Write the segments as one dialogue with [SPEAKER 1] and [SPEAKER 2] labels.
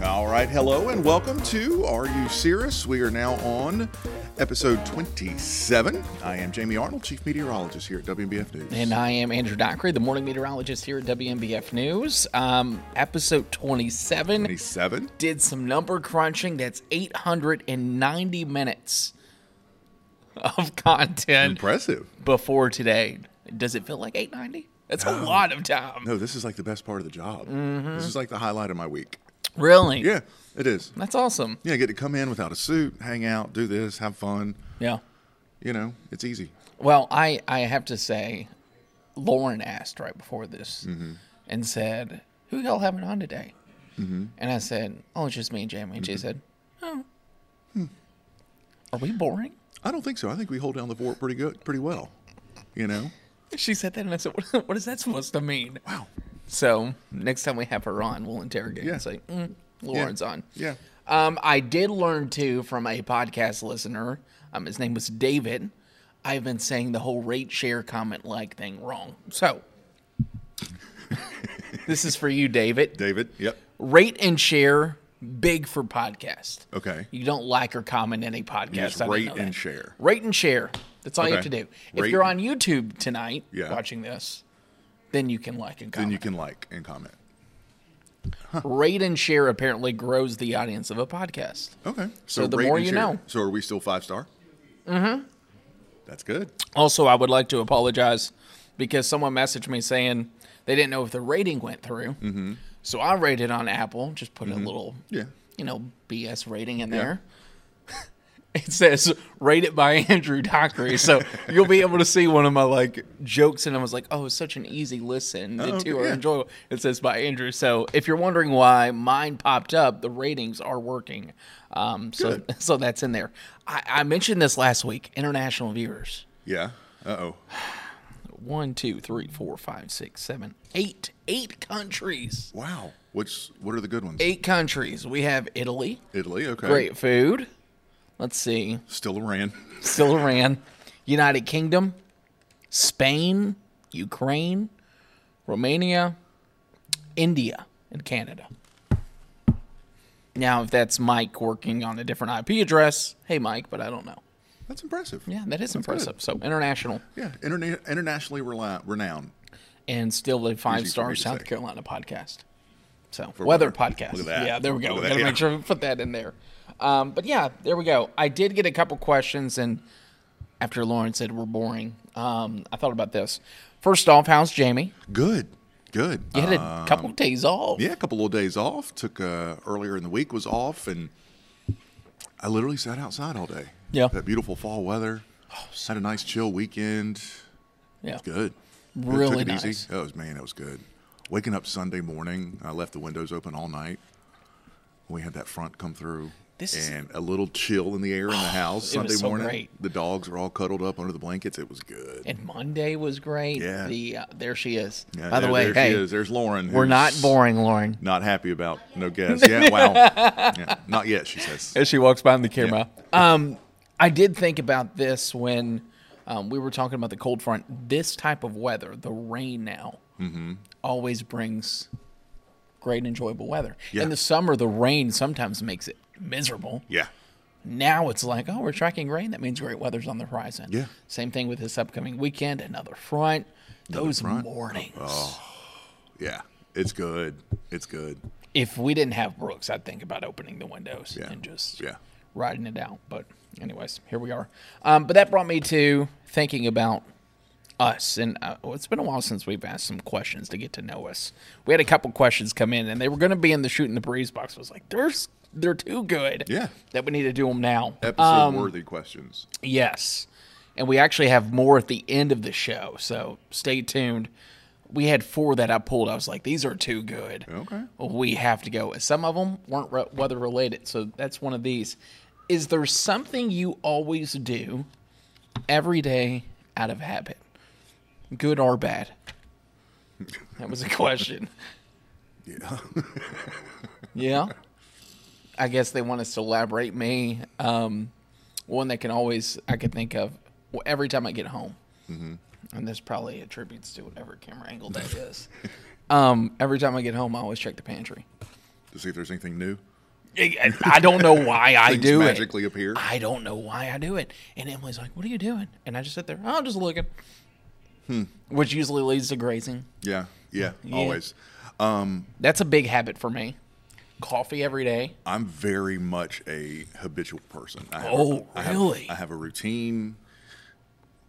[SPEAKER 1] right, hello and welcome to Are You Serious? We are now on episode 27. I am Jamie Arnold, Chief Meteorologist here at WMBF News.
[SPEAKER 2] And I am Andrew Dockery, the morning meteorologist here at WMBF News. Um, episode 27
[SPEAKER 1] 27?
[SPEAKER 2] did some number crunching. That's 890 minutes of content
[SPEAKER 1] Impressive.
[SPEAKER 2] before today. Does it feel like 890? That's a lot of time.
[SPEAKER 1] No, this is like the best part of the job. This is like the highlight of my week.
[SPEAKER 2] Really?
[SPEAKER 1] Yeah, it is.
[SPEAKER 2] That's awesome.
[SPEAKER 1] Yeah, I get to come in without a suit, hang out, do this, have fun.
[SPEAKER 2] Yeah.
[SPEAKER 1] You know, it's easy.
[SPEAKER 2] Well, I, I have to say, Lauren asked right before this
[SPEAKER 1] Mm-hmm.
[SPEAKER 2] and said, Who y'all having on today?
[SPEAKER 1] Mm-hmm.
[SPEAKER 2] And I said, Oh, it's just me and Jamie. And she said,
[SPEAKER 1] Hmm.
[SPEAKER 2] Oh, are we boring?
[SPEAKER 1] I don't think so. I think we hold down the fort pretty good, pretty well. You know?
[SPEAKER 2] She said that, and I said, What, what is that supposed to mean?
[SPEAKER 1] Wow.
[SPEAKER 2] So next time we have her on, we'll interrogate
[SPEAKER 1] Yeah.
[SPEAKER 2] and say, mm, Lauren's on.
[SPEAKER 1] Yeah.
[SPEAKER 2] Um, I did learn too from a podcast listener. Um, his name was David. I've been saying the whole rate share comment like thing wrong. So this is for you, David.
[SPEAKER 1] David? Yep.
[SPEAKER 2] Rate and share big for podcast.
[SPEAKER 1] Okay.
[SPEAKER 2] You don't like or comment any podcast.
[SPEAKER 1] just
[SPEAKER 2] I didn't
[SPEAKER 1] rate
[SPEAKER 2] know
[SPEAKER 1] and
[SPEAKER 2] that.
[SPEAKER 1] share.
[SPEAKER 2] Rate and share. That's all you have to
[SPEAKER 1] Okay.
[SPEAKER 2] do. If
[SPEAKER 1] Rate-
[SPEAKER 2] you're on YouTube tonight
[SPEAKER 1] Yeah.
[SPEAKER 2] watching this, then you can like and comment.
[SPEAKER 1] Then you can like and comment.
[SPEAKER 2] Rate and share apparently grows the audience of a podcast.
[SPEAKER 1] Okay. So,
[SPEAKER 2] the
[SPEAKER 1] rate
[SPEAKER 2] more
[SPEAKER 1] and
[SPEAKER 2] you
[SPEAKER 1] share.
[SPEAKER 2] know.
[SPEAKER 1] So are we still five star? Mm-hmm. That's good.
[SPEAKER 2] Also, I would like to apologize because someone messaged me saying they didn't know if the rating went through. Mm-hmm. So I rated on Apple, just put a little,
[SPEAKER 1] Mm-hmm. Yeah.
[SPEAKER 2] you know, BS rating in there. it says rated by Andrew Dockery. So you'll be able to see one of my like jokes. And I was like, oh, it's such an easy listen. The
[SPEAKER 1] Oh,
[SPEAKER 2] two
[SPEAKER 1] okay,
[SPEAKER 2] are
[SPEAKER 1] yeah.
[SPEAKER 2] enjoyable. It says by Andrew. So if you're wondering why mine popped up, the ratings are working. Um, so,
[SPEAKER 1] Good.
[SPEAKER 2] so that's in there. I, I mentioned this last week international viewers
[SPEAKER 1] Yeah. Uh oh.
[SPEAKER 2] one, two, three, four, five, six, seven, eight, eight countries.
[SPEAKER 1] Wow. What's what are the good ones?
[SPEAKER 2] Eight countries. We have Italy.
[SPEAKER 1] Italy. Okay.
[SPEAKER 2] Great food. Let's see.
[SPEAKER 1] Still Iran.
[SPEAKER 2] Still Iran. United Kingdom. Spain. Ukraine. Romania. India. And Canada. Now, if that's Mike working on a different IP address, hey, Mike, but I don't know.
[SPEAKER 1] That's impressive.
[SPEAKER 2] Yeah, that is
[SPEAKER 1] good.
[SPEAKER 2] impressive. So international.
[SPEAKER 1] Yeah. Interna- internationally reli- renowned.
[SPEAKER 2] and still a five
[SPEAKER 1] Easy for
[SPEAKER 2] star
[SPEAKER 1] me to
[SPEAKER 2] South
[SPEAKER 1] say.
[SPEAKER 2] Carolina podcast. So weather,
[SPEAKER 1] weather.
[SPEAKER 2] podcast.
[SPEAKER 1] Look at that.
[SPEAKER 2] Yeah, there we
[SPEAKER 1] Look
[SPEAKER 2] go.
[SPEAKER 1] at
[SPEAKER 2] We
[SPEAKER 1] that,
[SPEAKER 2] gotta
[SPEAKER 1] yeah.
[SPEAKER 2] make sure we put that in there. Um, but yeah, there we go. I did get a couple questions, and after Lauren said we're boring, um, I thought about this. First off, how's Jamie?
[SPEAKER 1] Good. Good.
[SPEAKER 2] You had
[SPEAKER 1] Uh,
[SPEAKER 2] a couple days off.
[SPEAKER 1] yeah, a couple little days off. Took uh, earlier in the week was off, and I literally sat outside all day.
[SPEAKER 2] Yeah. Oh,
[SPEAKER 1] That beautiful fall weather. had a nice chill weekend.
[SPEAKER 2] yeah.
[SPEAKER 1] Good. Good. Took
[SPEAKER 2] Really
[SPEAKER 1] it easy.
[SPEAKER 2] nice.
[SPEAKER 1] That was man. That was good. Waking up Sunday morning, I left the windows open all night. We had that front come through,
[SPEAKER 2] This is-
[SPEAKER 1] and a little chill in the air in the house
[SPEAKER 2] it was
[SPEAKER 1] Sunday
[SPEAKER 2] so
[SPEAKER 1] morning.
[SPEAKER 2] great.
[SPEAKER 1] The dogs were all cuddled up under the blankets. It was good.
[SPEAKER 2] And Monday was great.
[SPEAKER 1] Yeah.
[SPEAKER 2] The uh, there she is.
[SPEAKER 1] Yeah,
[SPEAKER 2] By the
[SPEAKER 1] there-
[SPEAKER 2] way,
[SPEAKER 1] there
[SPEAKER 2] hey,
[SPEAKER 1] she is. There's Lauren.
[SPEAKER 2] we're not
[SPEAKER 1] who's
[SPEAKER 2] boring, Lauren.
[SPEAKER 1] Not happy about no gas. Yeah, wow. Yeah, not yet, she says.
[SPEAKER 2] as she walks behind the camera. Um, I did think about this when um, we were talking about the cold front. This type of weather, the rain now,
[SPEAKER 1] Mm-hmm.
[SPEAKER 2] always brings great enjoyable weather.
[SPEAKER 1] Yeah.
[SPEAKER 2] In the summer, the rain sometimes makes it miserable.
[SPEAKER 1] Yeah.
[SPEAKER 2] Now it's like, oh, we're tracking rain. That means great weather's on the horizon.
[SPEAKER 1] Yeah.
[SPEAKER 2] Same thing with this upcoming weekend. Another front. Those
[SPEAKER 1] front. Oh.
[SPEAKER 2] mornings.
[SPEAKER 1] Yeah. It's good. It's good.
[SPEAKER 2] If we didn't have Brooks, I'd think about opening the windows
[SPEAKER 1] Yeah.
[SPEAKER 2] and just
[SPEAKER 1] Yeah.
[SPEAKER 2] riding it out. But anyways, here we are. Um, but that brought me to thinking about us, and uh, well, it's been a while since we've asked some questions to get to know us. We had a couple questions come in, and they were going to be in the shooting the breeze box. I was like, "There's they're too good.
[SPEAKER 1] Yeah.
[SPEAKER 2] that we need to do them now.
[SPEAKER 1] Episode worthy questions.
[SPEAKER 2] Yes. And we actually have more at the end of the show, so stay tuned. We had four that I pulled. I was like, these are too good.
[SPEAKER 1] Okay.
[SPEAKER 2] We have to go. Some of them weren't re- weather related, so that's one of these. Is there something you always do every day out of habit? Good or bad? That was a question.
[SPEAKER 1] Yeah.
[SPEAKER 2] Yeah. I guess they want us to elaborate me. Um, one that can always I could think of well, every time I get home,
[SPEAKER 1] Mm-hmm.
[SPEAKER 2] and this probably attributes to whatever camera angle that is. um, every time I get home, I always check the pantry.
[SPEAKER 1] to see if there's anything new.
[SPEAKER 2] I I don't know why I
[SPEAKER 1] Things
[SPEAKER 2] do it.
[SPEAKER 1] magically appear.
[SPEAKER 2] I don't know why I do it. And Emily's like, "What are you doing?" And I just sit there. "Oh, I'm just looking,
[SPEAKER 1] Hmm.
[SPEAKER 2] which usually leads to grazing.
[SPEAKER 1] Yeah, yeah, always.
[SPEAKER 2] That's a big habit for me. Coffee every day.
[SPEAKER 1] I'm very much a habitual person. I have
[SPEAKER 2] Oh,
[SPEAKER 1] I have-
[SPEAKER 2] really?
[SPEAKER 1] I have a routine.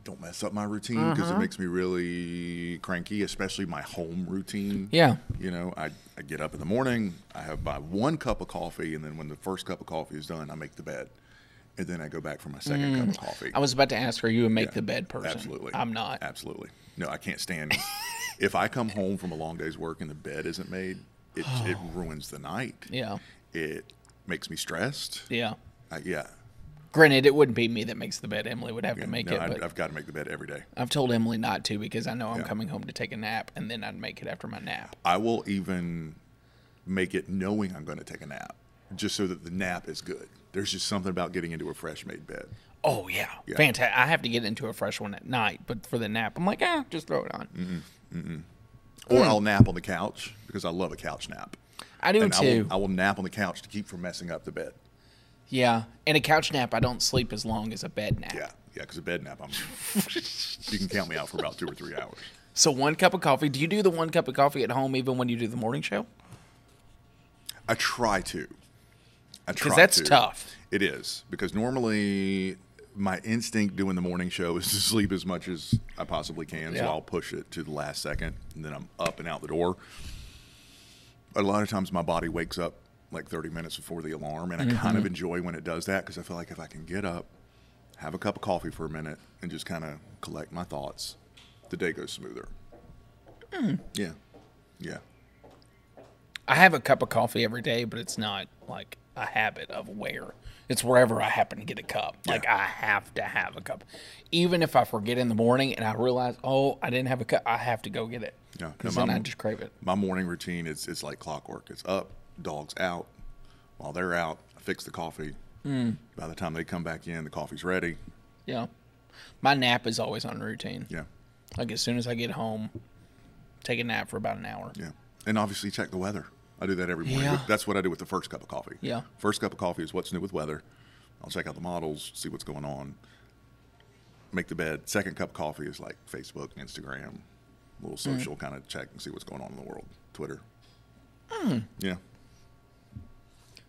[SPEAKER 1] Don't mess up my routine because
[SPEAKER 2] Uh-huh.
[SPEAKER 1] it makes me really cranky, especially my home routine.
[SPEAKER 2] Yeah.
[SPEAKER 1] You know, I, I get up in the morning, I have my one cup of coffee, and then when the first cup of coffee is done, I make the bed. And then I go back for my second cup of coffee.
[SPEAKER 2] I was about to ask, are you Mm. a make the bed person?
[SPEAKER 1] Absolutely.
[SPEAKER 2] I'm not.
[SPEAKER 1] Absolutely. No, I can't stand if I come home from a long day's work and the bed isn't made, it, it ruins the night.
[SPEAKER 2] Yeah.
[SPEAKER 1] It makes me stressed.
[SPEAKER 2] Yeah.
[SPEAKER 1] I, yeah.
[SPEAKER 2] Granted, it wouldn't be me that makes the bed. Emily would have to make
[SPEAKER 1] no,
[SPEAKER 2] it.
[SPEAKER 1] I,
[SPEAKER 2] but
[SPEAKER 1] I've got to make the bed every day.
[SPEAKER 2] I've told Emily not to because I know I'm coming home to take a nap, and then I'd make it after my nap.
[SPEAKER 1] I will even make it knowing I'm going to take a nap, just so that the nap is good. There's just something about getting into a fresh made bed.
[SPEAKER 2] Oh yeah, fantastic! I have to get into a fresh one at night, but for the nap, I'm like, ah, just throw it on.
[SPEAKER 1] Mm-hmm. Or
[SPEAKER 2] Hmm.
[SPEAKER 1] I'll nap on the couch because I love a couch nap.
[SPEAKER 2] I do
[SPEAKER 1] And I
[SPEAKER 2] too.
[SPEAKER 1] will, I will nap on the couch to keep from messing up the bed.
[SPEAKER 2] yeah, and a couch nap, I don't sleep as long as a bed nap.
[SPEAKER 1] Yeah, yeah, because a bed nap, I'm. you can count me out for about two or three hours.
[SPEAKER 2] So one cup of coffee. Do you do the one cup of coffee at home even when you do the morning show?
[SPEAKER 1] I try to. I try
[SPEAKER 2] Because that's
[SPEAKER 1] to.
[SPEAKER 2] tough.
[SPEAKER 1] It is because normally my instinct doing the morning show is to sleep as much as I possibly can, so
[SPEAKER 2] Yeah.
[SPEAKER 1] I'll push it to the last second, and then I'm up and out the door. A lot of times my body wakes up like 30 minutes before the alarm, and I kind of enjoy when it does that because I feel like if I can get up, have a cup of coffee for a minute, and just kind of collect my thoughts, the day goes smoother. Yeah, yeah.
[SPEAKER 2] I have a cup of coffee every day, but it's not like a habit of where. It's wherever I happen to get a cup. Like I have to have a cup, even if I forget in the morning and I realize, oh, I didn't have a cup. I have to go get it.
[SPEAKER 1] Yeah, no,
[SPEAKER 2] 'Cause
[SPEAKER 1] my
[SPEAKER 2] then I
[SPEAKER 1] mom-
[SPEAKER 2] just crave it.
[SPEAKER 1] my morning routine is it's like clockwork. It's up, dogs out. While they're out, I fix the coffee.
[SPEAKER 2] Hmm.
[SPEAKER 1] By the time they come back in, the coffee's ready.
[SPEAKER 2] Yeah, my nap is always on routine.
[SPEAKER 1] Yeah,
[SPEAKER 2] Like as soon as I get home, take a nap for about an hour.
[SPEAKER 1] yeah. And obviously, check the weather. I do that every morning.
[SPEAKER 2] Yeah.
[SPEAKER 1] That's what I do with the first cup of coffee.
[SPEAKER 2] Yeah.
[SPEAKER 1] First cup of coffee is what's new with weather. I'll check out the models, see what's going on, make the bed. Second cup of coffee is like Facebook, Instagram, a little
[SPEAKER 2] Hmm.
[SPEAKER 1] social kind of check and see what's going on in the world, Twitter.
[SPEAKER 2] Hmm.
[SPEAKER 1] Yeah,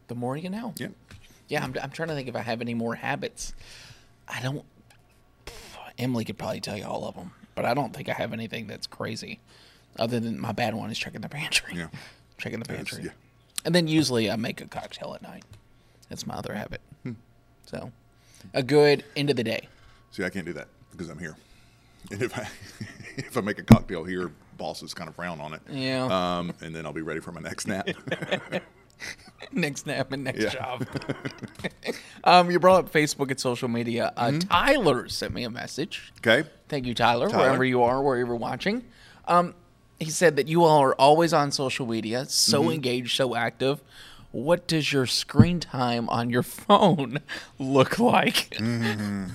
[SPEAKER 2] The more you know.
[SPEAKER 1] yeah.
[SPEAKER 2] Yeah, I'm, I'm trying to think if I have any more habits. I don't. Emily could probably tell you all of them, but I don't think I have anything that's crazy, other than my bad one is checking the pantry.
[SPEAKER 1] Yeah.
[SPEAKER 2] Checking the
[SPEAKER 1] That's-
[SPEAKER 2] pantry.
[SPEAKER 1] yeah.
[SPEAKER 2] And then usually I make a cocktail at night. That's my other habit.
[SPEAKER 1] Hmm.
[SPEAKER 2] So, a good end of the day.
[SPEAKER 1] See, I can't do that because I'm here. And if I if I make a cocktail here, bosses kind of frown on it.
[SPEAKER 2] Yeah.
[SPEAKER 1] Um, and then I'll be ready for my next nap.
[SPEAKER 2] next nap and next
[SPEAKER 1] Yeah.
[SPEAKER 2] job. um, you brought up Facebook and social media. Uh,
[SPEAKER 1] Mm-hmm.
[SPEAKER 2] Tyler sent me a message.
[SPEAKER 1] okay.
[SPEAKER 2] Thank you, Tyler,
[SPEAKER 1] Tyler.
[SPEAKER 2] wherever you are, wherever you're watching. Um, he said that you all are always on social media, so
[SPEAKER 1] Mm-hmm.
[SPEAKER 2] engaged, so active. What does your screen time on your phone look like?
[SPEAKER 1] Mm-hmm.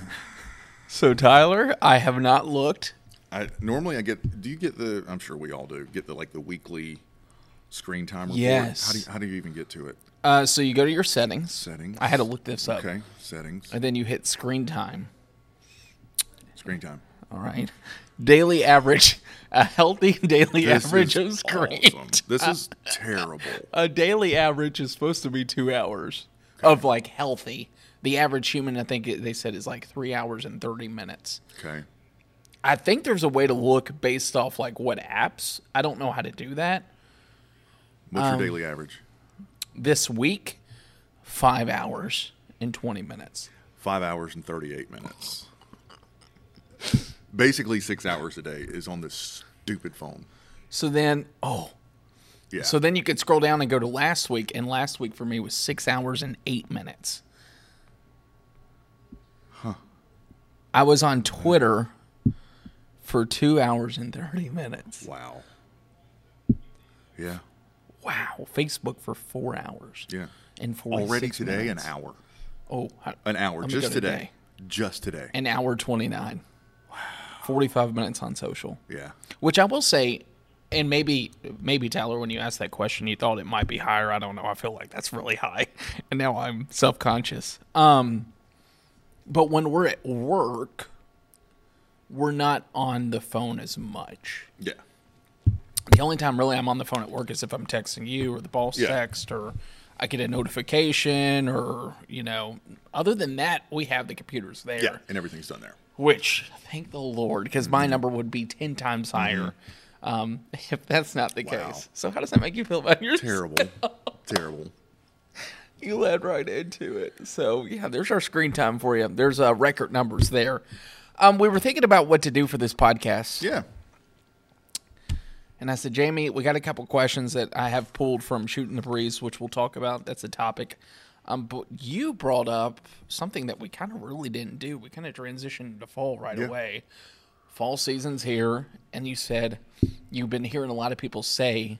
[SPEAKER 2] so, Tyler, I have not looked.
[SPEAKER 1] I normally I get. Do you get the? I'm sure we all do. Get the like the weekly screen time report.
[SPEAKER 2] Yes.
[SPEAKER 1] How do you, how do you even get to it?
[SPEAKER 2] Uh, so, you go to your settings.
[SPEAKER 1] Settings.
[SPEAKER 2] I had to look this up.
[SPEAKER 1] Okay. Settings.
[SPEAKER 2] And then you hit screen time.
[SPEAKER 1] Screen time.
[SPEAKER 2] All right. Daily average, a healthy daily
[SPEAKER 1] This
[SPEAKER 2] average
[SPEAKER 1] is
[SPEAKER 2] of screen.
[SPEAKER 1] awesome. This is terrible.
[SPEAKER 2] A daily average is supposed to be two hours of like healthy. The average human, I think it- they said, is like three hours and 30 minutes.
[SPEAKER 1] Okay.
[SPEAKER 2] I think there's a way to look based off like what apps. I don't know how to do that.
[SPEAKER 1] What's
[SPEAKER 2] Um,
[SPEAKER 1] your daily average?
[SPEAKER 2] This week, five hours and 20 minutes.
[SPEAKER 1] Five hours and thirty-eight minutes. Basically, six hours a day is on this stupid phone.
[SPEAKER 2] So then, oh,
[SPEAKER 1] Yeah.
[SPEAKER 2] so then you could scroll down and go to last week. And last week for me was six hours and eight minutes. Huh. I was on Twitter for two hours and 30 minutes.
[SPEAKER 1] Wow. Yeah.
[SPEAKER 2] Wow, Facebook for four hours.
[SPEAKER 1] Yeah.
[SPEAKER 2] And for
[SPEAKER 1] Already today, an hour.
[SPEAKER 2] Oh, I-
[SPEAKER 1] An hour.
[SPEAKER 2] Let me
[SPEAKER 1] Just
[SPEAKER 2] go to
[SPEAKER 1] today. Just today.
[SPEAKER 2] an hour twenty nine. Wow. Forty five minutes on social.
[SPEAKER 1] yeah.
[SPEAKER 2] Which I will say, and maybe maybe Tyler, when you asked that question, you thought it might be higher. I don't know. I feel like that's really high, and now I'm self conscious. Um, but when we're at work, we're not on the phone as much.
[SPEAKER 1] Yeah.
[SPEAKER 2] The only time really I'm on the phone at work is if I'm texting you or the boss
[SPEAKER 1] Yeah.
[SPEAKER 2] text or I get a notification or you know. Other than that, we have the computers there
[SPEAKER 1] Yeah. And everything's done there.
[SPEAKER 2] which thank the Lord, because my number would be ten times higher um, if that's not the
[SPEAKER 1] Mm-hmm. Wow.
[SPEAKER 2] case. So how does that make you feel about yours?
[SPEAKER 1] Terrible. Terrible.
[SPEAKER 2] You led right into it. So yeah, there's our screen time for you. There's uh, record numbers there. Um, we were thinking about what to do for this podcast,
[SPEAKER 1] Yeah.
[SPEAKER 2] and I said, Jamie, we got a couple questions that I have pulled from shooting the breeze, which we'll talk about. That's a topic. Um, but you brought up something that we kind of really didn't do. We kind of transitioned to fall right
[SPEAKER 1] Yeah.
[SPEAKER 2] away. fall season's here and you said you've been hearing a lot of people say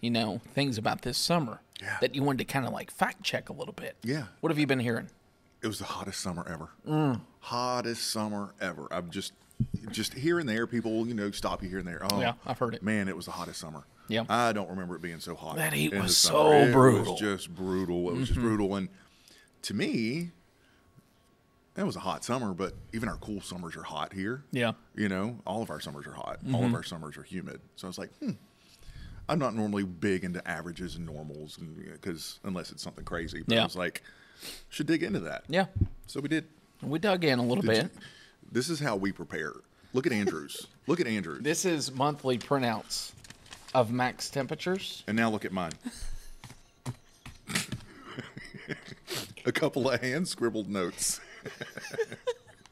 [SPEAKER 2] you know things about this summer
[SPEAKER 1] Yeah.
[SPEAKER 2] that you wanted to kind of like fact check a little bit
[SPEAKER 1] Yeah.
[SPEAKER 2] what have you been hearing
[SPEAKER 1] It was the hottest summer ever.
[SPEAKER 2] Mm.
[SPEAKER 1] Hottest summer ever. I'm just, just here and there. People, you know, stop you here and there. Oh,
[SPEAKER 2] Yeah, I've heard it.
[SPEAKER 1] Man, it was the hottest summer.
[SPEAKER 2] Yeah.
[SPEAKER 1] I don't remember it being so hot.
[SPEAKER 2] That heat
[SPEAKER 1] in the
[SPEAKER 2] was
[SPEAKER 1] summer.
[SPEAKER 2] so
[SPEAKER 1] It was
[SPEAKER 2] brutal. Mm-hmm.
[SPEAKER 1] just brutal. It was just brutal. And to me, it was a hot summer, but even our cool summers are hot here.
[SPEAKER 2] Yeah. Mm-hmm.
[SPEAKER 1] You know, all of our summers are hot. All of our summers are humid. So I was like, hmm. I'm not normally big into averages and normals because unless it's something crazy. But
[SPEAKER 2] Yeah.
[SPEAKER 1] I was like, should dig into that.
[SPEAKER 2] yeah
[SPEAKER 1] So we did.
[SPEAKER 2] we dug in a little bit
[SPEAKER 1] This is how we prepare. Look at Andrews. look at Andrews.
[SPEAKER 2] this is monthly printouts of max temperatures
[SPEAKER 1] and now look at mine. A couple of hand scribbled notes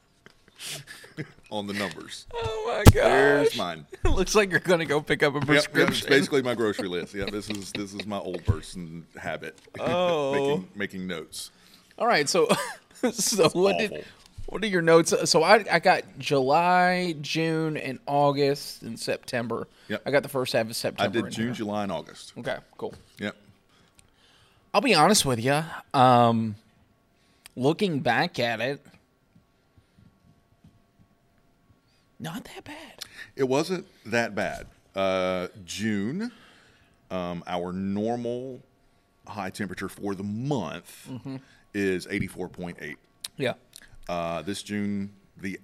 [SPEAKER 1] on the numbers.
[SPEAKER 2] oh my
[SPEAKER 1] There's mine.
[SPEAKER 2] looks like you're gonna go pick up a
[SPEAKER 1] Yep, yep, it's
[SPEAKER 2] prescription
[SPEAKER 1] basically my grocery list. Yeah, this is this is my old person habit.
[SPEAKER 2] Oh.
[SPEAKER 1] making, making notes.
[SPEAKER 2] all right so so what
[SPEAKER 1] awful.
[SPEAKER 2] did what are your notes so I, I got july june and august and september
[SPEAKER 1] Yep.
[SPEAKER 2] i got the first half of september
[SPEAKER 1] I did
[SPEAKER 2] in
[SPEAKER 1] June,
[SPEAKER 2] here.
[SPEAKER 1] July, and August.
[SPEAKER 2] Okay, cool.
[SPEAKER 1] Yep.
[SPEAKER 2] I'll be honest with you. Um, looking back at it, not that bad.
[SPEAKER 1] It wasn't that bad. Uh, June, um, our normal high temperature for the month
[SPEAKER 2] Mm-hmm.
[SPEAKER 1] is 84.8.
[SPEAKER 2] Yeah.
[SPEAKER 1] Uh, this June, the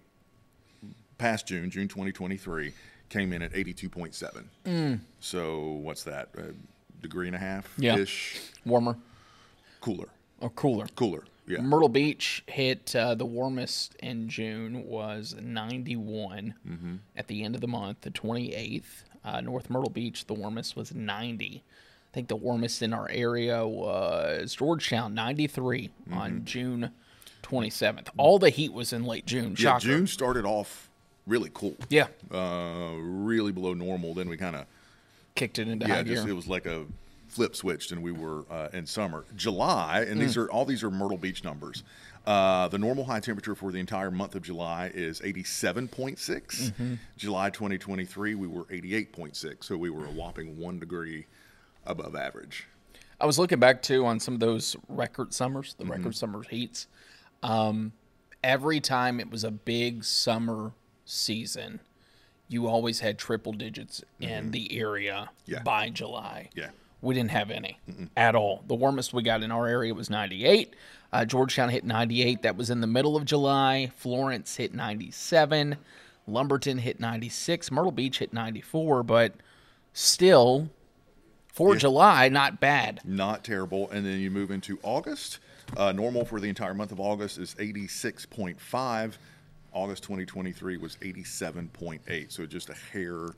[SPEAKER 1] past June, June 2023, came in at 82.7.
[SPEAKER 2] Mm.
[SPEAKER 1] So what's that? A degree and a half
[SPEAKER 2] Yeah.
[SPEAKER 1] ish?
[SPEAKER 2] Warmer
[SPEAKER 1] Cooler.
[SPEAKER 2] or cooler.
[SPEAKER 1] Cooler. Yeah.
[SPEAKER 2] Myrtle Beach hit uh, the warmest in June was 91
[SPEAKER 1] Mm-hmm.
[SPEAKER 2] at the end of the month, the 28th. Uh, North Myrtle Beach, the warmest was 90. I think the warmest in our area was Georgetown, 93
[SPEAKER 1] Mm-hmm.
[SPEAKER 2] on June 27th. All the heat was in late June.
[SPEAKER 1] yeah.
[SPEAKER 2] Shocker.
[SPEAKER 1] June started off really cool.
[SPEAKER 2] Yeah.
[SPEAKER 1] Uh, really below normal. Then we kind of
[SPEAKER 2] Kicked it into
[SPEAKER 1] yeah,
[SPEAKER 2] high
[SPEAKER 1] just,
[SPEAKER 2] gear.
[SPEAKER 1] it was like a flip switched, and we were uh, in summer. July, and these are all these are Myrtle Beach numbers. Uh, the normal high temperature for the entire month of July is 87.6. July 2023, we were 88.6, so we were a whopping one degree above average.
[SPEAKER 2] I was looking back too on some of those record summers,
[SPEAKER 1] Mm-hmm.
[SPEAKER 2] the record summer heats. Um, every time it was a big summer season, you always had triple digits in the area
[SPEAKER 1] Mm-hmm. Yeah.
[SPEAKER 2] by July.
[SPEAKER 1] Yeah.
[SPEAKER 2] We didn't have any at all. The warmest we got in our area was 98. Uh, Georgetown hit 98. That was in the middle of July. Florence hit 97. Lumberton hit 96. Myrtle Beach hit 94. But still, for July, not bad.
[SPEAKER 1] Not terrible. And then you move into August. Uh, normal for the entire month of August is 86.5. August 2023 was 87.8, so just a hair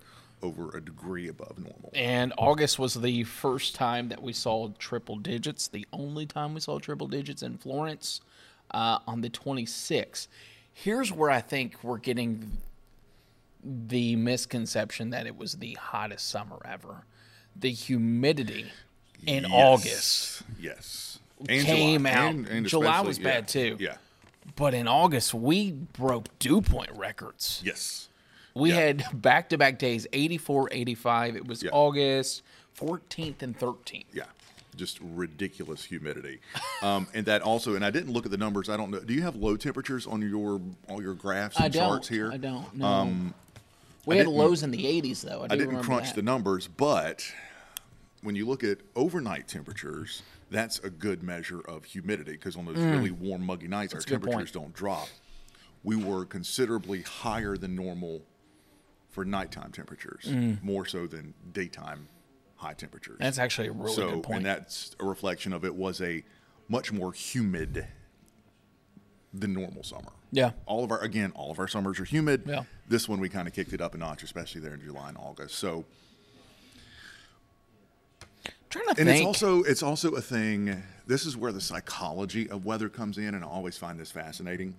[SPEAKER 1] over a degree above normal.
[SPEAKER 2] And August was the first time that we saw triple digits, the only time we saw triple digits in Florence uh, on the 26th. Here's where I think we're getting the misconception that it was the hottest summer ever. The humidity in August,
[SPEAKER 1] Yes.
[SPEAKER 2] Came out. July
[SPEAKER 1] especially-
[SPEAKER 2] was
[SPEAKER 1] yeah,
[SPEAKER 2] bad, too.
[SPEAKER 1] Yeah.
[SPEAKER 2] but in August, we broke dew point records.
[SPEAKER 1] Yes.
[SPEAKER 2] We
[SPEAKER 1] Yeah.
[SPEAKER 2] had back to back days 84, 85. It was
[SPEAKER 1] Yeah.
[SPEAKER 2] August 14th and 13th.
[SPEAKER 1] Yeah. Just ridiculous humidity. Um, and that also, and I didn't look at the numbers. I don't know. Do you have low temperatures on your all your graphs and
[SPEAKER 2] I don't.
[SPEAKER 1] charts here?
[SPEAKER 2] I don't. No. We had lows in the 80s, though. I, do
[SPEAKER 1] Um, I didn't
[SPEAKER 2] remember
[SPEAKER 1] crunch
[SPEAKER 2] that.
[SPEAKER 1] the numbers, but when you look at overnight temperatures, that's a good measure of humidity because on those really warm, muggy nights,
[SPEAKER 2] Mm. a
[SPEAKER 1] our
[SPEAKER 2] good point.
[SPEAKER 1] temperatures don't drop. We were considerably higher than normal for nighttime temperatures,
[SPEAKER 2] Mm.
[SPEAKER 1] more so than daytime high temperatures.
[SPEAKER 2] That's actually a really
[SPEAKER 1] so,
[SPEAKER 2] good point.
[SPEAKER 1] and that's a reflection of it was a much more humid than normal summer.
[SPEAKER 2] Yeah.
[SPEAKER 1] All of our again, all of our summers are humid.
[SPEAKER 2] Yeah.
[SPEAKER 1] This one we kind of kicked it up a notch, especially there in July and August. So,
[SPEAKER 2] trying to
[SPEAKER 1] and
[SPEAKER 2] think.
[SPEAKER 1] it's also it's also a thing. This is where the psychology of weather comes in, and I always find this fascinating.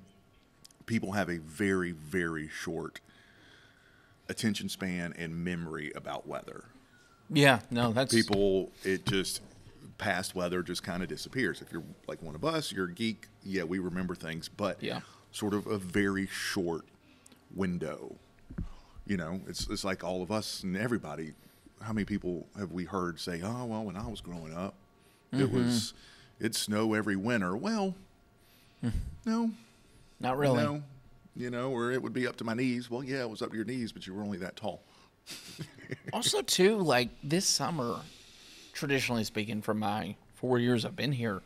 [SPEAKER 1] People have a very very short attention span and memory about weather.
[SPEAKER 2] yeah, no, that's
[SPEAKER 1] people it just past weather just kind of disappears if you're like one of us you're a geek yeah we remember things but
[SPEAKER 2] Yeah.
[SPEAKER 1] sort of a very short window you know it's it's like all of us and everybody how many people have we heard say oh well when i was growing up it was it'd snow every winter well no
[SPEAKER 2] not really.
[SPEAKER 1] no you know or it would be up to my knees well yeah it was up to your knees but you were only that tall
[SPEAKER 2] Also, too, like this summer, traditionally speaking, for my four years I've been here,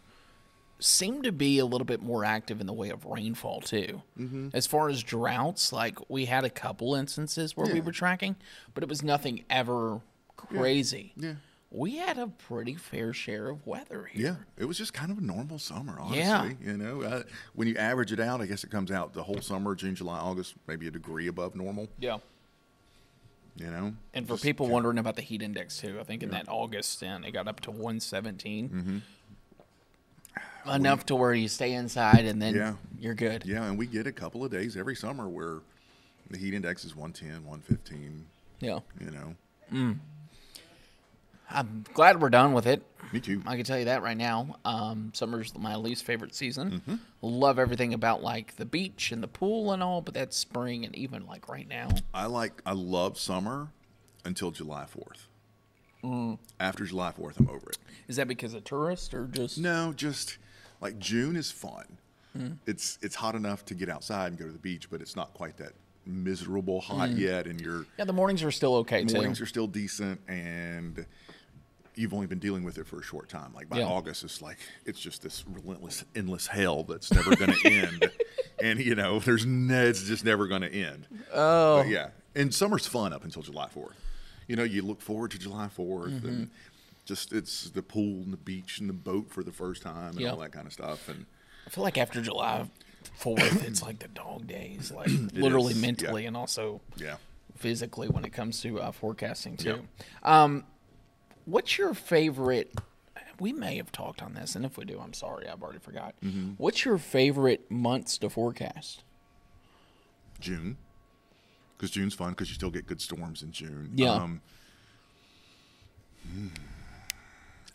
[SPEAKER 2] seemed to be a little bit more active in the way of rainfall too. Mm-hmm. As far as droughts, like we had a couple instances where we
[SPEAKER 1] Yeah.
[SPEAKER 2] were tracking, but it was nothing ever crazy.
[SPEAKER 1] Yeah.
[SPEAKER 2] we had a pretty fair share of weather here.
[SPEAKER 1] Yeah, it was just kind of a normal summer, honestly.
[SPEAKER 2] Yeah.
[SPEAKER 1] You know, uh, when you average it out, I guess it comes out the whole summer, June, July, August, maybe a degree above normal,
[SPEAKER 2] Yeah.
[SPEAKER 1] you know?
[SPEAKER 2] And for people wondering about the heat index too, I think in that August and it got up to 117. Enough to where you stay inside and then
[SPEAKER 1] Mm-hmm. Yeah.
[SPEAKER 2] you're good.
[SPEAKER 1] Yeah, and we get a couple of days every summer where the heat index is 110, 115,
[SPEAKER 2] Yeah.
[SPEAKER 1] you know?
[SPEAKER 2] I'm glad we're done with it.
[SPEAKER 1] Me too.
[SPEAKER 2] I can tell you that right now. Um, summer's my least favorite season.
[SPEAKER 1] Mm-hmm.
[SPEAKER 2] Love everything about like the beach and the pool and all, but that's spring and even like right now.
[SPEAKER 1] I like, I love summer until July 4th.
[SPEAKER 2] Mm.
[SPEAKER 1] After July 4th, I'm over it.
[SPEAKER 2] Is that because of tourists or just
[SPEAKER 1] No, just like June is fun.
[SPEAKER 2] Mm.
[SPEAKER 1] It's it's hot enough to get outside and go to the beach, but it's not quite that miserable hot
[SPEAKER 2] Mm.
[SPEAKER 1] yet, and you're
[SPEAKER 2] Yeah, the mornings are still okay too.
[SPEAKER 1] mornings are still decent and you've only been dealing with it for a short time like by
[SPEAKER 2] Yeah.
[SPEAKER 1] august it's like it's just this relentless endless hell that's never going to end and you know there's ne- it's just never going to end oh yeah and summer's fun up until july 4th you know you look forward to july 4th
[SPEAKER 2] Mm-hmm.
[SPEAKER 1] and just it's the pool and the beach and the boat for the first time and
[SPEAKER 2] Yeah.
[SPEAKER 1] all that kind of stuff and
[SPEAKER 2] I feel like after July 4th, it's like the dog days, like literally
[SPEAKER 1] is, yeah.
[SPEAKER 2] mentally and also
[SPEAKER 1] yeah
[SPEAKER 2] physically when it comes to uh, forecasting too. Um, what's your favorite? We may have talked on this, and if we do, I'm sorry, I've already forgot. What's your favorite months to forecast?
[SPEAKER 1] june because june's fun because you still get good storms in june Um, hmm.
[SPEAKER 2] Yeah.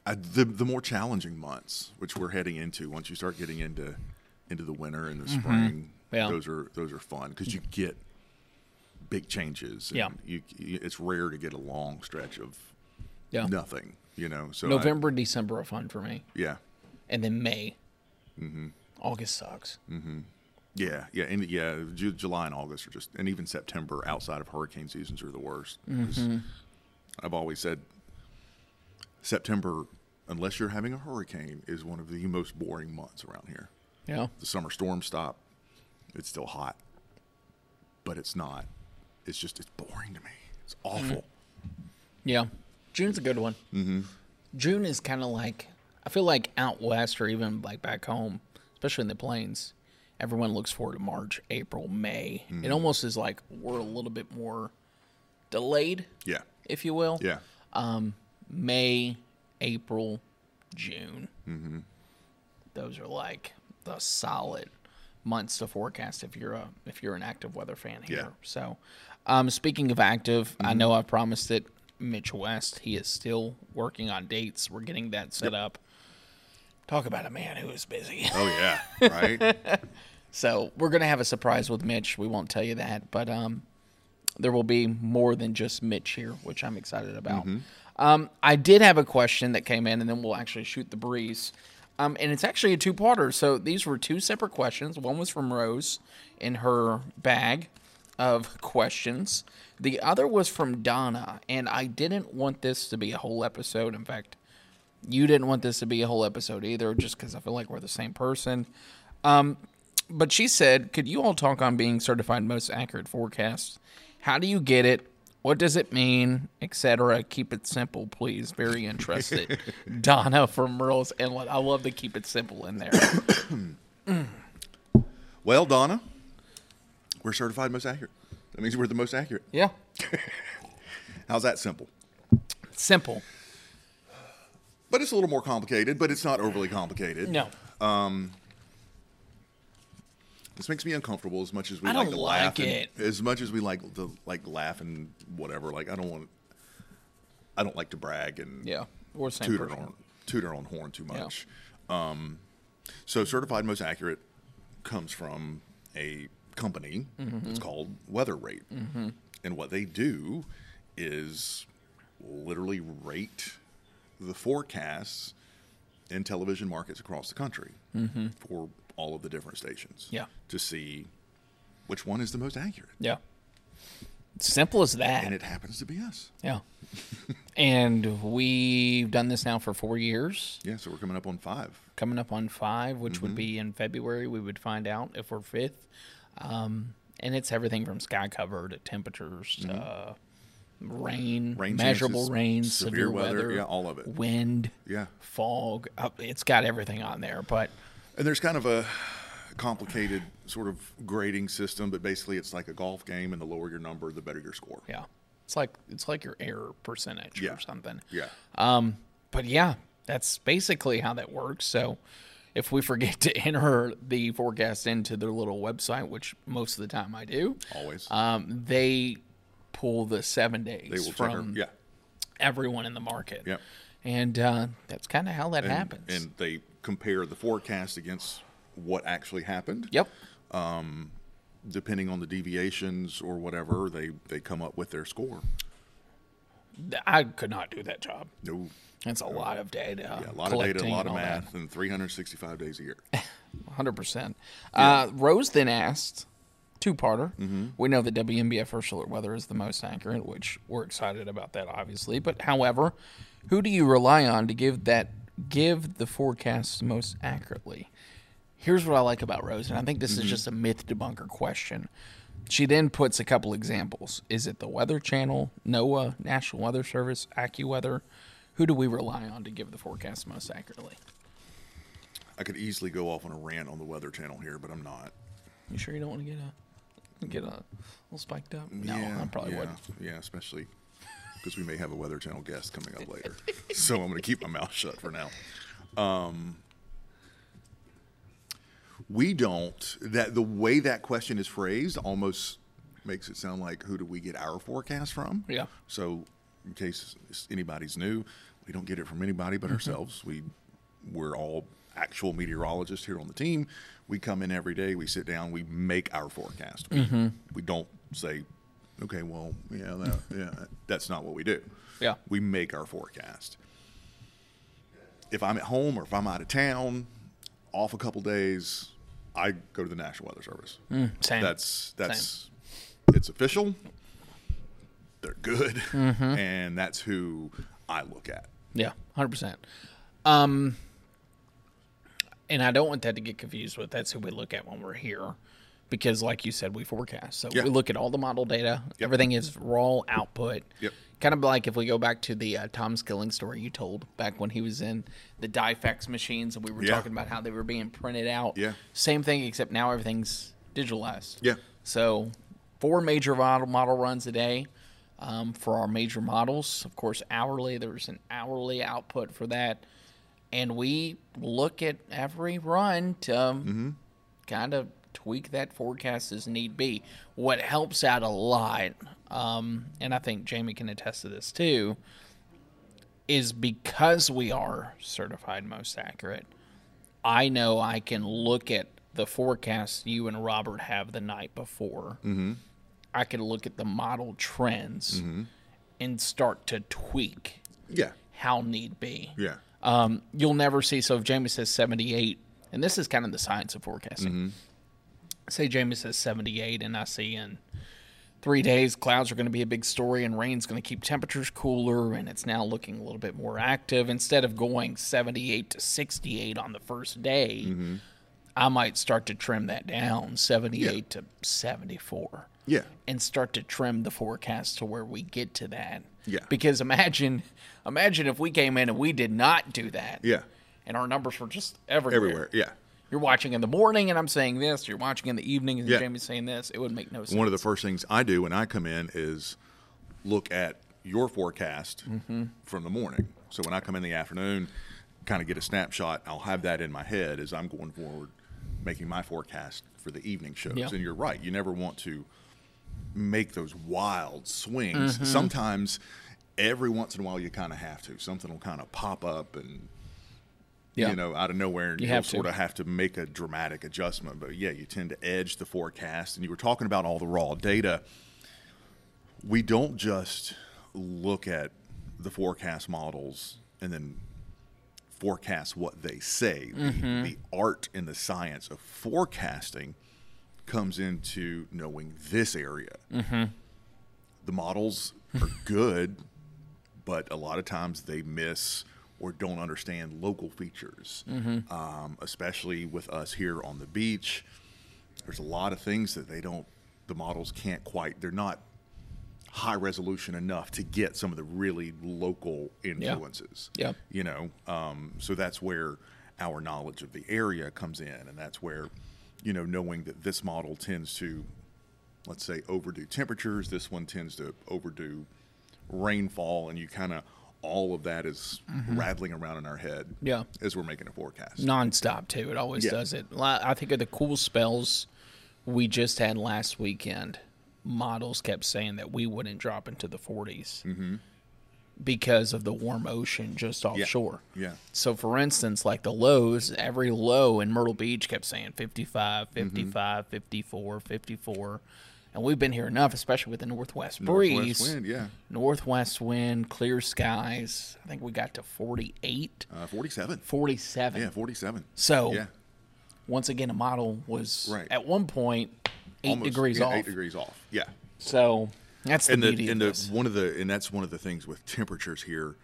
[SPEAKER 1] I, the the more challenging months, which we're heading into, once you start getting into into the winter and the spring,
[SPEAKER 2] Mm-hmm. Yeah.
[SPEAKER 1] those are those are fun because you get big changes. and
[SPEAKER 2] Yeah.
[SPEAKER 1] you, you- it's rare to get a long stretch of
[SPEAKER 2] Yeah,
[SPEAKER 1] nothing. You know, so I-
[SPEAKER 2] November and December are fun for me,
[SPEAKER 1] yeah,
[SPEAKER 2] and then May. August sucks.
[SPEAKER 1] yeah, yeah, and yeah, Ju- July and August are just, and even September outside of hurricane seasons are the worst. 'cause I've always said September, unless you're having a hurricane, is one of the most boring months around here.
[SPEAKER 2] Yeah,
[SPEAKER 1] the summer storm stop. It's still hot, but it's not. It's just it's boring to me. It's awful.
[SPEAKER 2] yeah. June's a good one. Mm-hmm. June is kind of like I feel like out west or even like back home, especially in the plains. Everyone looks forward to March, April, May. It almost is like we're a little bit more delayed
[SPEAKER 1] Yeah,
[SPEAKER 2] if you will.
[SPEAKER 1] yeah,
[SPEAKER 2] May, April, June. Mm-hmm. Those are like the solid months to forecast if you're a if you're an active weather fan here.
[SPEAKER 1] Yeah.
[SPEAKER 2] So, um, speaking of active, I know I promised it. Mitch West, he is still working on dates. We're getting that set up. Talk about a man who is busy.
[SPEAKER 1] oh yeah, right.
[SPEAKER 2] So we're gonna have a surprise with Mitch. We won't tell you that, but um, there will be more than just Mitch here, which I'm excited about. Um, I did have a question that came in, and then we'll actually shoot the breeze. Um, and it's actually a two-parter. So these were two separate questions. One was from Rose in her bag, of questions. The other was from Donna, and I didn't want this to be a whole episode. In fact, you didn't want this to be a whole episode either, just because I feel like we're the same person. Um, but she said, Could you all talk on being certified most accurate forecast? How do you get it? What does it mean? Etc. Keep it simple, please. Very interested. Donna from Merle's Inlet. I love to keep it simple in there.
[SPEAKER 1] Well, Donna, we're certified most accurate. That means we're the most accurate.
[SPEAKER 2] yeah.
[SPEAKER 1] How's that simple?
[SPEAKER 2] Simple.
[SPEAKER 1] But it's a little more complicated, but it's not overly complicated.
[SPEAKER 2] No.
[SPEAKER 1] This makes me uncomfortable as much as we
[SPEAKER 2] I
[SPEAKER 1] like
[SPEAKER 2] don't
[SPEAKER 1] to
[SPEAKER 2] like
[SPEAKER 1] laugh. and-
[SPEAKER 2] it.
[SPEAKER 1] as much as we like to like laugh and whatever. Like I don't want I don't like to brag and
[SPEAKER 2] Yeah. We're the same
[SPEAKER 1] tutor
[SPEAKER 2] person.
[SPEAKER 1] on tutor on horn too much. Um, so certified most accurate comes from a company.
[SPEAKER 2] Mm-hmm.
[SPEAKER 1] It's called Weather Rate, and what they do is literally rate the forecasts in television markets across the country for all of the different stations.
[SPEAKER 2] Mm-hmm. Yeah.
[SPEAKER 1] to see which one is the most accurate,
[SPEAKER 2] Yeah. Simple as that.
[SPEAKER 1] and it happens to be us.
[SPEAKER 2] yeah. and we've done this now for four years.
[SPEAKER 1] Yeah, so we're coming up on five.
[SPEAKER 2] Coming up on five, which
[SPEAKER 1] Mm-hmm.
[SPEAKER 2] would be in February, we would find out if we're fifth. Um, and it's everything from sky cover to temperatures, uh, rain,
[SPEAKER 1] Mm-hmm. Rain
[SPEAKER 2] measurable
[SPEAKER 1] chances,
[SPEAKER 2] rain, severe,
[SPEAKER 1] severe
[SPEAKER 2] weather,
[SPEAKER 1] weather, yeah, all of it.
[SPEAKER 2] wind,
[SPEAKER 1] Yeah.
[SPEAKER 2] fog. Uh, it's got everything on there, but
[SPEAKER 1] And there's kind of a complicated sort of grading system, but basically it's like a golf game, and the lower your number, the better your score.
[SPEAKER 2] yeah, it's like it's like your error percentage
[SPEAKER 1] Yeah.
[SPEAKER 2] or something.
[SPEAKER 1] Yeah.
[SPEAKER 2] Um, but yeah, that's basically how that works. So if we forget to enter the forecast into their little website, which most of the time I do,
[SPEAKER 1] Always.
[SPEAKER 2] um, they pull the seven days
[SPEAKER 1] they will check our-
[SPEAKER 2] from
[SPEAKER 1] yeah.
[SPEAKER 2] everyone in the market.
[SPEAKER 1] Yep.
[SPEAKER 2] And uh, that's kind of how that
[SPEAKER 1] And,
[SPEAKER 2] happens.
[SPEAKER 1] And they compare the forecast against what actually happened.
[SPEAKER 2] yep.
[SPEAKER 1] Depending on the deviations or whatever, they, they come up with their score.
[SPEAKER 2] Th- I could not do that job.
[SPEAKER 1] No.
[SPEAKER 2] That's a lot of data.
[SPEAKER 1] Yeah, a lot of data, a lot of math, and 365 days a year.
[SPEAKER 2] Hundred percent. Uh, Rose then asked, two-parter. We know that WMBF Ursula weather is the most accurate, which we're excited about that, obviously. But however, who do you rely on to give that give the forecasts most accurately? Here's what I like about Rose, and I think this is just a myth debunker question. She then puts a couple examples. Is it the Weather Channel, NOAA, National Weather Service, AccuWeather? Who do we rely on to give the forecast most accurately?
[SPEAKER 1] I could easily go off on a rant on the Weather Channel here, but I'm not.
[SPEAKER 2] You sure you don't want to get a get a little spiked up? No, I probably
[SPEAKER 1] yeah,
[SPEAKER 2] wouldn't.
[SPEAKER 1] Yeah, especially because we may have a Weather Channel guest coming up later. so I'm going to keep my mouth shut for now. Um, we don't that the way that question is phrased almost makes it sound like who do we get our forecast from?
[SPEAKER 2] Yeah.
[SPEAKER 1] So in case anybody's new, we don't get it from anybody but ourselves. We we're all actual meteorologists here on the team. We come in every day, we sit down, we make our forecast. We, we don't say, okay, well, yeah, that, yeah, that's not what we do.
[SPEAKER 2] Yeah.
[SPEAKER 1] We make our forecast. If I'm at home or if I'm out of town, off a couple days, I go to the National Weather Service.
[SPEAKER 2] Same.
[SPEAKER 1] That's that's it's official. They're good, and that's who I look at.
[SPEAKER 2] yeah, hundred percent. Um, and I don't want that to get confused with that's who we look at when we're here, because like you said, we forecast. So
[SPEAKER 1] Yeah.
[SPEAKER 2] we look at all the model data. Everything is raw output.
[SPEAKER 1] Yep.
[SPEAKER 2] Kind of like if we go back to the uh, Tom Skilling story you told back when he was in the Diefax machines, and we were
[SPEAKER 1] Yeah.
[SPEAKER 2] talking about how they were being printed out.
[SPEAKER 1] Yeah.
[SPEAKER 2] Same thing, except now everything's digitalized.
[SPEAKER 1] Yeah.
[SPEAKER 2] So, four major model model runs a day um, for our major models. Of course, hourly. There's an hourly output for that, and we look at every run to kind of tweak that forecast as need be. What helps out a lot, um, and I think Jamie can attest to this too, is because we are certified most accurate. I know I can look at the forecast you and Robert have the night before. I can look at the model trends and start to tweak
[SPEAKER 1] Yeah,
[SPEAKER 2] how need be.
[SPEAKER 1] yeah,
[SPEAKER 2] Um, you'll never see. So if Jamie says 78, and this is kind of the science of forecasting. Say Jamie says 78, and I see in three days, clouds are going to be a big story, and rain's going to keep temperatures cooler, and it's now looking a little bit more active. Instead of going 78 to 68 on the first day, I might start to trim that down 78 to 74
[SPEAKER 1] Yeah.
[SPEAKER 2] and start to trim the forecast to where we get to that.
[SPEAKER 1] Yeah.
[SPEAKER 2] Because imagine, imagine if we came in and we did not do that.
[SPEAKER 1] Yeah.
[SPEAKER 2] And our numbers were just everywhere.
[SPEAKER 1] Everywhere. Yeah.
[SPEAKER 2] You're watching in the morning, and I'm saying this. You're watching in the evening, and
[SPEAKER 1] Yeah.
[SPEAKER 2] Jamie's saying this. It would make no sense.
[SPEAKER 1] One of the first things I do when I come in is look at your forecast
[SPEAKER 2] Mm-hmm.
[SPEAKER 1] from the morning. So when I come in the afternoon, kind of get a snapshot. I'll have that in my head as I'm going forward, making my forecast for the evening shows.
[SPEAKER 2] Yeah.
[SPEAKER 1] And you're right. You never want to make those wild swings.
[SPEAKER 2] Mm-hmm.
[SPEAKER 1] Sometimes, every once in a while, you kind of have to. Something will kind of pop up and
[SPEAKER 2] yeah.
[SPEAKER 1] you know, out of nowhere, and
[SPEAKER 2] You
[SPEAKER 1] you will
[SPEAKER 2] have to.
[SPEAKER 1] sort of have to make a dramatic adjustment. But yeah, you tend to edge the forecast. And you were talking about all the raw data. We don't just look at the forecast models and then forecast what they say. The-
[SPEAKER 2] Mm-hmm.
[SPEAKER 1] The, art and the science of forecasting comes into knowing this area. The models are good, but a lot of times they miss or don't understand local features, um, especially with us here on the beach. There's a lot of things that they don't, the models can't quite, they're not high resolution enough to get some of the really local influences.
[SPEAKER 2] Yeah.
[SPEAKER 1] You know, um, so that's where our knowledge of the area comes in. And that's where, you know, knowing that this model tends to let's say overdue temperatures. This one tends to overdo rainfall, and you kind of all of that is rattling around in our head.
[SPEAKER 2] Mm-hmm. Yeah.
[SPEAKER 1] as we're making a forecast.
[SPEAKER 2] nonstop too. It always
[SPEAKER 1] Yeah.
[SPEAKER 2] does it. La- I think of the cool spells we just had last weekend. Models kept saying that we wouldn't drop into the 40s because of the warm ocean just offshore.
[SPEAKER 1] Mm-hmm. Yeah.
[SPEAKER 2] So, for instance, like the lows, every low in Myrtle Beach kept saying 55,
[SPEAKER 1] Mm-hmm.
[SPEAKER 2] 55, 54, 54. And we've been here enough, especially with the northwest breeze.
[SPEAKER 1] Northwest wind, yeah,
[SPEAKER 2] Northwest wind, clear skies. I think we got to 48,
[SPEAKER 1] uh, forty-seven.
[SPEAKER 2] 47.
[SPEAKER 1] Yeah, forty-seven.
[SPEAKER 2] So
[SPEAKER 1] yeah,
[SPEAKER 2] once again, a model was
[SPEAKER 1] Right.
[SPEAKER 2] at one point eight
[SPEAKER 1] Almost-
[SPEAKER 2] degrees
[SPEAKER 1] yeah,
[SPEAKER 2] off.
[SPEAKER 1] Eight degrees off. Yeah,
[SPEAKER 2] So that's the
[SPEAKER 1] and
[SPEAKER 2] beauty
[SPEAKER 1] the
[SPEAKER 2] of
[SPEAKER 1] and the
[SPEAKER 2] this.
[SPEAKER 1] one of the and that's one of the things with temperatures here,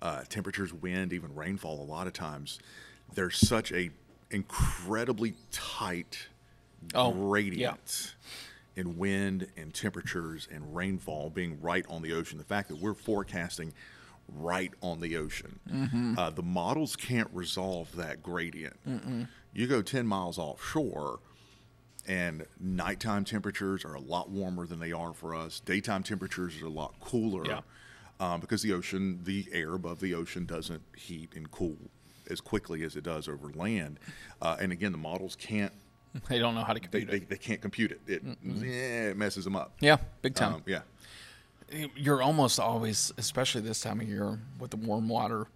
[SPEAKER 1] uh, temperatures, wind, even rainfall. A lot of times, there's such a incredibly tight
[SPEAKER 2] Oh, yeah.
[SPEAKER 1] gradient in wind and temperatures and rainfall being right on the ocean. The fact that we're forecasting right on the ocean,
[SPEAKER 2] Mm-hmm.
[SPEAKER 1] uh, the models can't resolve that gradient. You go 10 miles offshore, and nighttime temperatures are a lot warmer than they are for us. Daytime temperatures are a lot cooler
[SPEAKER 2] Yeah.
[SPEAKER 1] um, because the ocean, the air above the ocean, doesn't heat and cool as quickly as it does over land. Uh, and again, the models can't
[SPEAKER 2] They don't know how to
[SPEAKER 1] they,
[SPEAKER 2] compute
[SPEAKER 1] they,
[SPEAKER 2] it.
[SPEAKER 1] they can't compute it. It, yeah, it messes them up.
[SPEAKER 2] Yeah, big time.
[SPEAKER 1] Um, yeah.
[SPEAKER 2] You're almost always, especially this time of year, with the warm water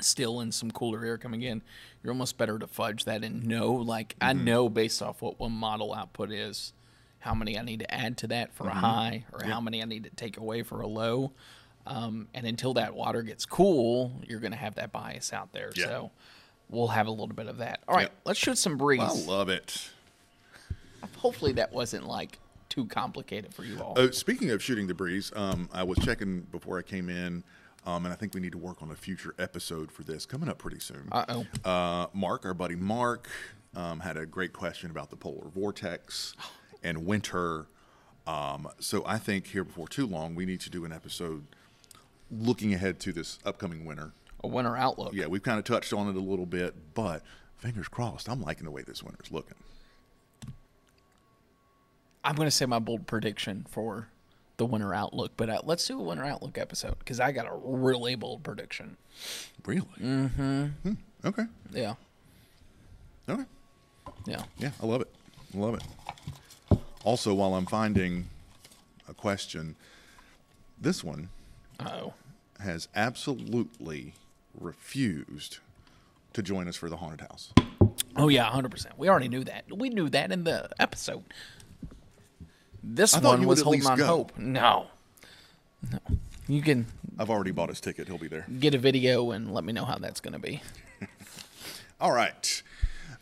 [SPEAKER 2] still and some cooler air coming in. You're almost better to fudge that and know, like I
[SPEAKER 1] Mm-hmm.
[SPEAKER 2] know based off what one model output is, how many I need to add to that for
[SPEAKER 1] Mm-hmm.
[SPEAKER 2] a high, or how many I need to take away for a low. Um, and until that water gets cool, you're going to have that bias out there.
[SPEAKER 1] Yeah.
[SPEAKER 2] So we'll have a little bit of that. All right,
[SPEAKER 1] Yep.
[SPEAKER 2] let's shoot some breeze.
[SPEAKER 1] I love it.
[SPEAKER 2] Hopefully that wasn't like too complicated for you all.
[SPEAKER 1] Uh, speaking of shooting the breeze, um, I was checking before I came in, um, and I think we need to work on a future episode for this coming up pretty soon.
[SPEAKER 2] Uh oh.
[SPEAKER 1] Uh, Mark, our buddy Mark, um, had a great question about the polar vortex and winter. Um, so I think here before too long, we need to do an episode looking ahead to this upcoming winter.
[SPEAKER 2] A winter outlook.
[SPEAKER 1] Yeah, we've kind of touched on it a little bit, but fingers crossed, I'm liking the way this winter's looking.
[SPEAKER 2] I'm going to say my bold prediction for the winter outlook, but uh, let's do a winter outlook episode because I got a really bold prediction.
[SPEAKER 1] Really? Mm-hmm. Okay.
[SPEAKER 2] Yeah,
[SPEAKER 1] Okay.
[SPEAKER 2] yeah.
[SPEAKER 1] Yeah, I love it. I love it. Also, while I'm finding a question, this one
[SPEAKER 2] Oh,
[SPEAKER 1] has absolutely refused to join us for the haunted house.
[SPEAKER 2] oh yeah, hundred percent. We already knew that. We knew that in the episode. This
[SPEAKER 1] I thought
[SPEAKER 2] one
[SPEAKER 1] you
[SPEAKER 2] was
[SPEAKER 1] would at
[SPEAKER 2] holding
[SPEAKER 1] least
[SPEAKER 2] on
[SPEAKER 1] go.
[SPEAKER 2] hope. No, no. You can
[SPEAKER 1] I've already bought his ticket. He'll be there.
[SPEAKER 2] get a video and let me know how that's going to be.
[SPEAKER 1] All right.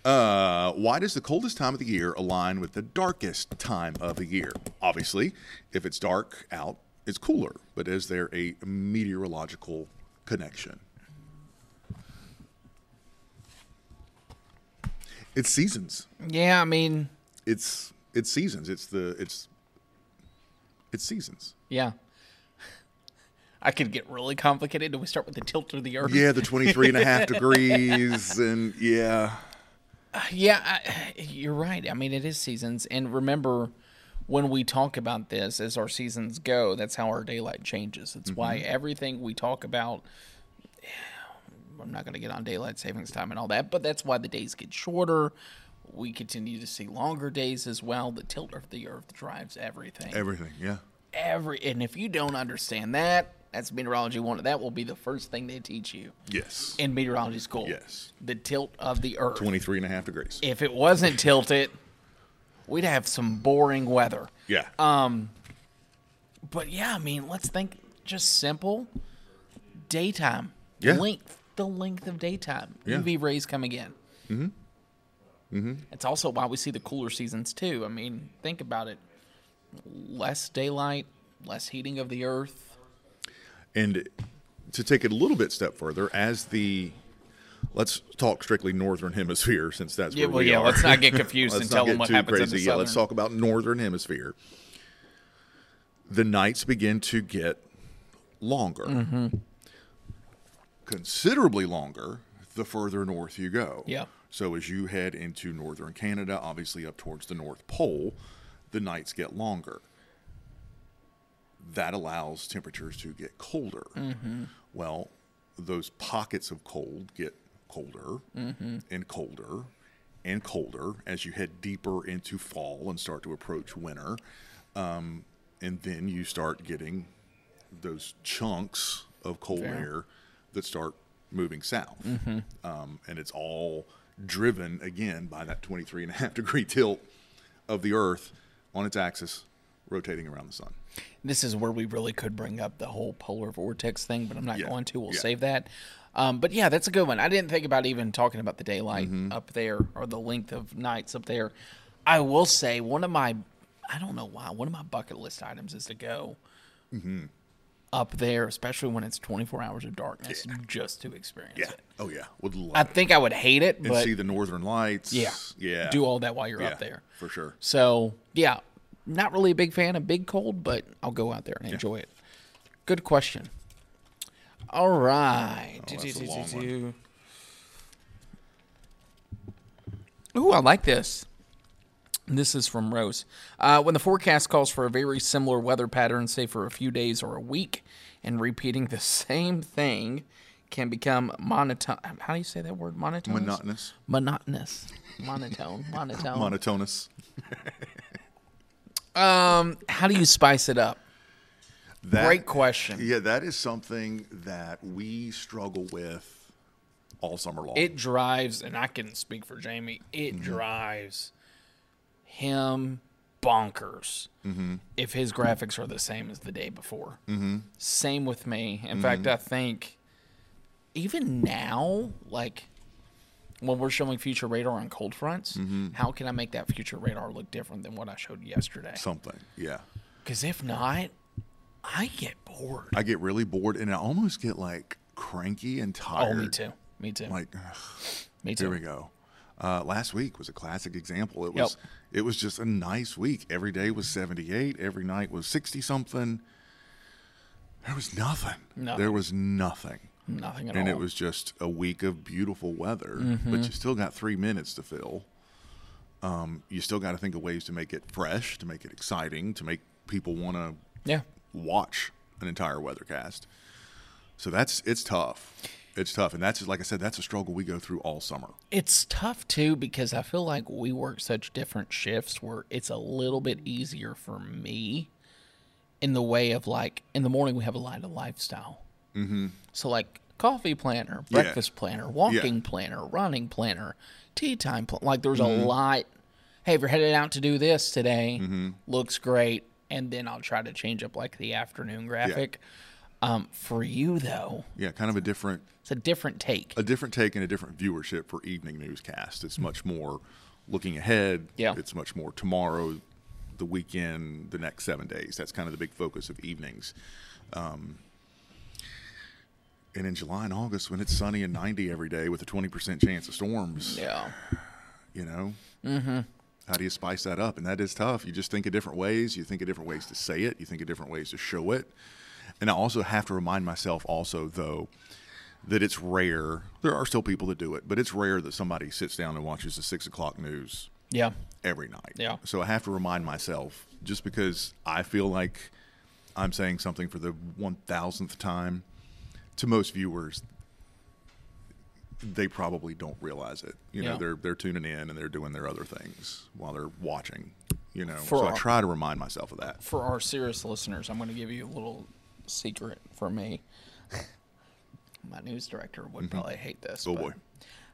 [SPEAKER 1] Uh, why does the coldest time of the year align with the darkest time of the year? Obviously, if it's dark out, it's cooler. But is there a meteorological connection? It's seasons.
[SPEAKER 2] Yeah, I mean,
[SPEAKER 1] It's it's seasons. It's the it's it's seasons.
[SPEAKER 2] yeah. I could get really complicated. Do we start with the tilt of the earth?
[SPEAKER 1] Yeah, the 23 and a half degrees and yeah.
[SPEAKER 2] Yeah, I, you're right. I mean, it is seasons. And remember, when we talk about this, as our seasons go, that's how our daylight changes. It's why everything we talk about, I'm not going to get on daylight savings time and all that, but that's why the days get shorter. We continue to see longer days as well. The tilt of the earth drives everything.
[SPEAKER 1] Everything, yeah.
[SPEAKER 2] Every and if you don't understand that, that's meteorology one. That will be the first thing they teach you
[SPEAKER 1] Yes.
[SPEAKER 2] in meteorology school.
[SPEAKER 1] Yes.
[SPEAKER 2] the tilt of the earth.
[SPEAKER 1] 23 and a half degrees.
[SPEAKER 2] If it wasn't tilted, we'd have some boring weather.
[SPEAKER 1] Yeah.
[SPEAKER 2] uh, But yeah, I mean, let's think just simple daytime.
[SPEAKER 1] Yeah.
[SPEAKER 2] Length, the length of daytime.
[SPEAKER 1] Yeah.
[SPEAKER 2] UV rays come again. Mm-hmm. Mm-hmm. It's also why we see the cooler seasons too. I mean, think about it. Less daylight, less heating of the earth.
[SPEAKER 1] And to take it a little bit step further, as the let's talk strictly northern hemisphere since that's
[SPEAKER 2] Yeah,
[SPEAKER 1] where
[SPEAKER 2] well,
[SPEAKER 1] we
[SPEAKER 2] yeah,
[SPEAKER 1] are.
[SPEAKER 2] let's not get confused
[SPEAKER 1] Let's
[SPEAKER 2] and
[SPEAKER 1] not
[SPEAKER 2] tell
[SPEAKER 1] get
[SPEAKER 2] them what
[SPEAKER 1] too
[SPEAKER 2] happens in the
[SPEAKER 1] crazy. Yeah, let's
[SPEAKER 2] southern-
[SPEAKER 1] talk about northern hemisphere. The nights begin to get longer, considerably longer, the further north you go.
[SPEAKER 2] Yeah.
[SPEAKER 1] So as you head into northern Canada, obviously up towards the North Pole, the nights get longer that allows temperatures to get colder. Well, those pockets of cold get colder and colder and colder as you head deeper into fall and start to approach winter. Um, and then you start getting those chunks of cold air that start moving south.
[SPEAKER 2] Mm-hmm.
[SPEAKER 1] Um, and it's all driven again by that 23 and a half degree tilt of the earth on its axis rotating around the sun.
[SPEAKER 2] this is where we really could bring up the whole polar vortex thing, but I'm not
[SPEAKER 1] Yeah,
[SPEAKER 2] going to. We'll
[SPEAKER 1] yeah.
[SPEAKER 2] save that. Um, but yeah, that's a good one. I didn't think about even talking about the daylight
[SPEAKER 1] Mm-hmm.
[SPEAKER 2] up there or the length of nights up there. I will say one of my, I don't know why, one of my bucket list items is to go
[SPEAKER 1] Mm-hmm.
[SPEAKER 2] up there, especially when it's 24 hours of darkness, just to experience
[SPEAKER 1] Yeah.
[SPEAKER 2] it.
[SPEAKER 1] Oh yeah. Would love
[SPEAKER 2] I
[SPEAKER 1] it.
[SPEAKER 2] think I would hate it,
[SPEAKER 1] and
[SPEAKER 2] but
[SPEAKER 1] see the northern lights.
[SPEAKER 2] yeah,
[SPEAKER 1] Yeah.
[SPEAKER 2] do all that while you're
[SPEAKER 1] yeah,
[SPEAKER 2] up there.
[SPEAKER 1] for sure.
[SPEAKER 2] So yeah, not really a big fan of big cold, but I'll go out there and enjoy it. Good question. All right.
[SPEAKER 1] Oh, that's a
[SPEAKER 2] Do, do,
[SPEAKER 1] long
[SPEAKER 2] do, do. Ooh, I like this. This is from Rose. Uh, when the forecast calls for a very similar weather pattern, say for a few days or a week, and repeating the same thing can become monotone. How do you say that word? Monotonous.
[SPEAKER 1] Monotonous.
[SPEAKER 2] Monotonous. Monotone. Monotone.
[SPEAKER 1] Monotonous.
[SPEAKER 2] Um, how do you spice it up?
[SPEAKER 1] That,
[SPEAKER 2] Great question.
[SPEAKER 1] Yeah, that is something that we struggle with all summer long.
[SPEAKER 2] It drives, and I can speak for Jamie. It
[SPEAKER 1] Mm-hmm.
[SPEAKER 2] drives him bonkers
[SPEAKER 1] Mm-hmm.
[SPEAKER 2] if his graphics are the same as the day before. Mm-hmm. Same with me. In
[SPEAKER 1] Mm-hmm.
[SPEAKER 2] fact, I think even now, like when we're showing future radar on cold fronts,
[SPEAKER 1] Mm-hmm.
[SPEAKER 2] how can I make that future radar look different than what I showed yesterday?
[SPEAKER 1] something. Yeah.
[SPEAKER 2] Because if not, I get bored.
[SPEAKER 1] I get really bored and I almost get like cranky and
[SPEAKER 2] Oh,
[SPEAKER 1] tired.
[SPEAKER 2] me too. Me too.
[SPEAKER 1] Like ugh,
[SPEAKER 2] me
[SPEAKER 1] here
[SPEAKER 2] too.
[SPEAKER 1] we go. Uh, last week was a classic example. It was it was just a nice week. Every day was 78, every night was 60 something. There was nothing.
[SPEAKER 2] Nothing. Oh.
[SPEAKER 1] There was nothing.
[SPEAKER 2] Nothing at
[SPEAKER 1] and
[SPEAKER 2] all.
[SPEAKER 1] it was just a week of beautiful weather,
[SPEAKER 2] Mm-hmm.
[SPEAKER 1] but you still got three minutes to fill. Um, you still got to think of ways to make it fresh, to make it exciting, to make people want to
[SPEAKER 2] yeah.
[SPEAKER 1] watch an entire weathercast. So that's it's tough. It's tough, and that's like I said, that's a struggle we go through all summer.
[SPEAKER 2] It's tough too because I feel like we work such different shifts where it's a little bit easier for me in the way of like in the morning we have a lot of lifestyle. Mm-hmm. So like coffee planner,
[SPEAKER 1] Yeah.
[SPEAKER 2] breakfast planner, walking planner, running planner, tea time plan. Like there's
[SPEAKER 1] Mm-hmm.
[SPEAKER 2] a lot. Hey, if you're headed out to do this
[SPEAKER 1] Mm-hmm.
[SPEAKER 2] today, looks great, and then I'll try to change up like the afternoon graphic. Um, for you though,
[SPEAKER 1] Yeah, kind of a different
[SPEAKER 2] it's a different take.
[SPEAKER 1] a different take and a different viewership for evening newscast. It's much more looking ahead.
[SPEAKER 2] Yeah.
[SPEAKER 1] It's much more tomorrow, the weekend, the next seven days. That's kind of the big focus of evenings. Um, and in July and August, when it's sunny and 90 every day with a 20% chance of storms,
[SPEAKER 2] yeah.
[SPEAKER 1] you know, mm-hmm. how do you spice that up? And that is tough. You just think of different ways. You think of different ways to say it. You think of different ways to show it. And I also have to remind myself, also, though, that it's rare. There are still people that do it, but it's rare that somebody sits down and watches the six o'clock news
[SPEAKER 2] Yeah.
[SPEAKER 1] every night.
[SPEAKER 2] Yeah.
[SPEAKER 1] So I have to remind myself just because I feel like I'm saying something for the 1000th time to most viewers they probably don't realize it. You know,
[SPEAKER 2] Yeah.
[SPEAKER 1] they're they're tuning in and they're doing their other things while they're watching, you know.
[SPEAKER 2] For
[SPEAKER 1] so
[SPEAKER 2] our-
[SPEAKER 1] I try to remind myself of that.
[SPEAKER 2] For our serious listeners, I'm going to give you a little secret from me. My news director would probably hate this.
[SPEAKER 1] Oh
[SPEAKER 2] but-
[SPEAKER 1] boy.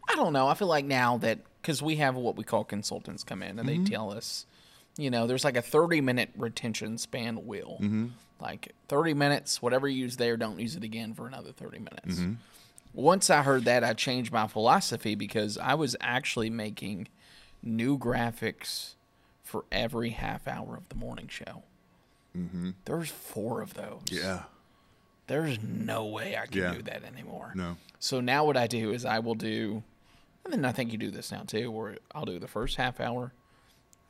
[SPEAKER 2] I don't know. I feel like now that because we have what we call consultants come in and
[SPEAKER 1] Mm-hmm.
[SPEAKER 2] they tell us, you know, there's like a 30 minute retention span wheel.
[SPEAKER 1] Mm-hmm.
[SPEAKER 2] Like 30 minutes, whatever you use there, don't use it again for another 30 minutes.
[SPEAKER 1] Mm-hmm.
[SPEAKER 2] Once I heard that, I changed my philosophy because I was actually making new graphics for every half hour of the morning show. Mm-hmm. There's four of those
[SPEAKER 1] Yeah.
[SPEAKER 2] there's no way I can
[SPEAKER 1] Yeah.
[SPEAKER 2] do that anymore.
[SPEAKER 1] No.
[SPEAKER 2] So now what I do is I will do, and then I think you do this now too, where I'll do the first half hour,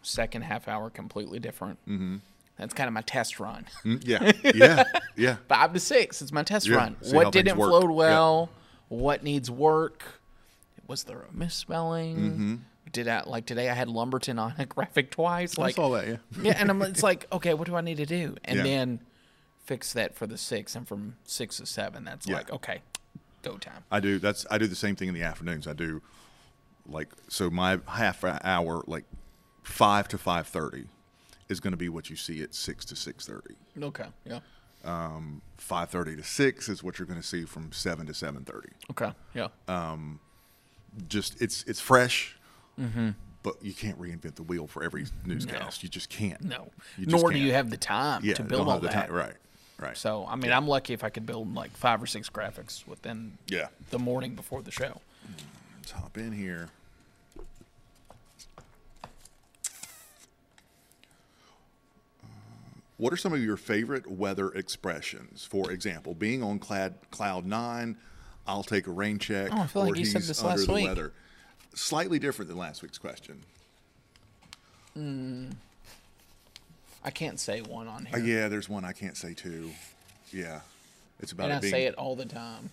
[SPEAKER 2] second half hour completely different. Mm-hmm. That's kind of my test run.
[SPEAKER 1] Mm, Yeah. Yeah. Yeah.
[SPEAKER 2] Five to six, it's my test
[SPEAKER 1] Yeah,
[SPEAKER 2] run.
[SPEAKER 1] see
[SPEAKER 2] What
[SPEAKER 1] how things
[SPEAKER 2] didn't
[SPEAKER 1] work.
[SPEAKER 2] flow
[SPEAKER 1] Yeah.
[SPEAKER 2] well? What needs work? Was there a misspelling?
[SPEAKER 1] Mm-hmm.
[SPEAKER 2] Did I like today? I had Lumberton on a graphic twice.
[SPEAKER 1] I
[SPEAKER 2] Like
[SPEAKER 1] saw that, yeah.
[SPEAKER 2] yeah, and I'm, it's like, okay, what do I need to do? And
[SPEAKER 1] Yeah.
[SPEAKER 2] then fix that for the six, and from six to seven, that's
[SPEAKER 1] Yeah.
[SPEAKER 2] like, okay, go time.
[SPEAKER 1] I do. That's I do the same thing in the afternoons. I do like so my half a- hour like five to five thirty is going to be what you see at six to six thirty.
[SPEAKER 2] Okay, yeah,
[SPEAKER 1] Five thirty to six is what you're going to see from seven to seven thirty.
[SPEAKER 2] okay, yeah,
[SPEAKER 1] Uh, Just it's it's fresh.
[SPEAKER 2] Mm-hmm.
[SPEAKER 1] But you can't reinvent the wheel for every newscast. You just can't.
[SPEAKER 2] no.
[SPEAKER 1] You just
[SPEAKER 2] Nor do
[SPEAKER 1] can't.
[SPEAKER 2] you have the time
[SPEAKER 1] yeah,
[SPEAKER 2] to
[SPEAKER 1] don't
[SPEAKER 2] build
[SPEAKER 1] have
[SPEAKER 2] all
[SPEAKER 1] the
[SPEAKER 2] that.
[SPEAKER 1] Time. Right, right.
[SPEAKER 2] So, I mean, I'm lucky if I could build like five or six graphics within
[SPEAKER 1] Yeah.
[SPEAKER 2] the morning before the show.
[SPEAKER 1] Let's hop in here. What are some of your favorite weather expressions? For example, being on cloud cloud nine, I'll take a rain check.
[SPEAKER 2] Oh, I feel like
[SPEAKER 1] or
[SPEAKER 2] you said
[SPEAKER 1] he's
[SPEAKER 2] this
[SPEAKER 1] under
[SPEAKER 2] last
[SPEAKER 1] the
[SPEAKER 2] week.
[SPEAKER 1] Weather. Slightly different than last week's question.
[SPEAKER 2] I can't say one on
[SPEAKER 1] Uh,
[SPEAKER 2] here,
[SPEAKER 1] yeah, there's one I can't say too. Yeah, it's about
[SPEAKER 2] and
[SPEAKER 1] it
[SPEAKER 2] I
[SPEAKER 1] being
[SPEAKER 2] say it all the time.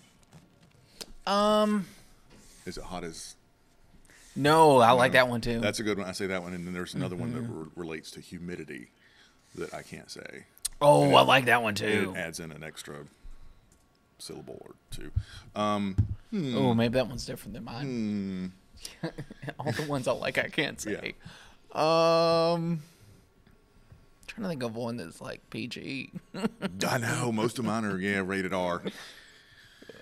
[SPEAKER 1] is it hot as
[SPEAKER 2] No, I like that one too.
[SPEAKER 1] that's a good one. I say that one, and then there's another one
[SPEAKER 2] Mm-hmm.
[SPEAKER 1] that re- relates to humidity that I can't say.
[SPEAKER 2] oh, I like that one
[SPEAKER 1] And
[SPEAKER 2] too.
[SPEAKER 1] it adds in an extra syllable or two.
[SPEAKER 2] Oh, maybe that one's different than mine. Hmm. All the ones I like, I can't say. Um, trying to think of one that's like PG.
[SPEAKER 1] I know most of mine are yeah rated R.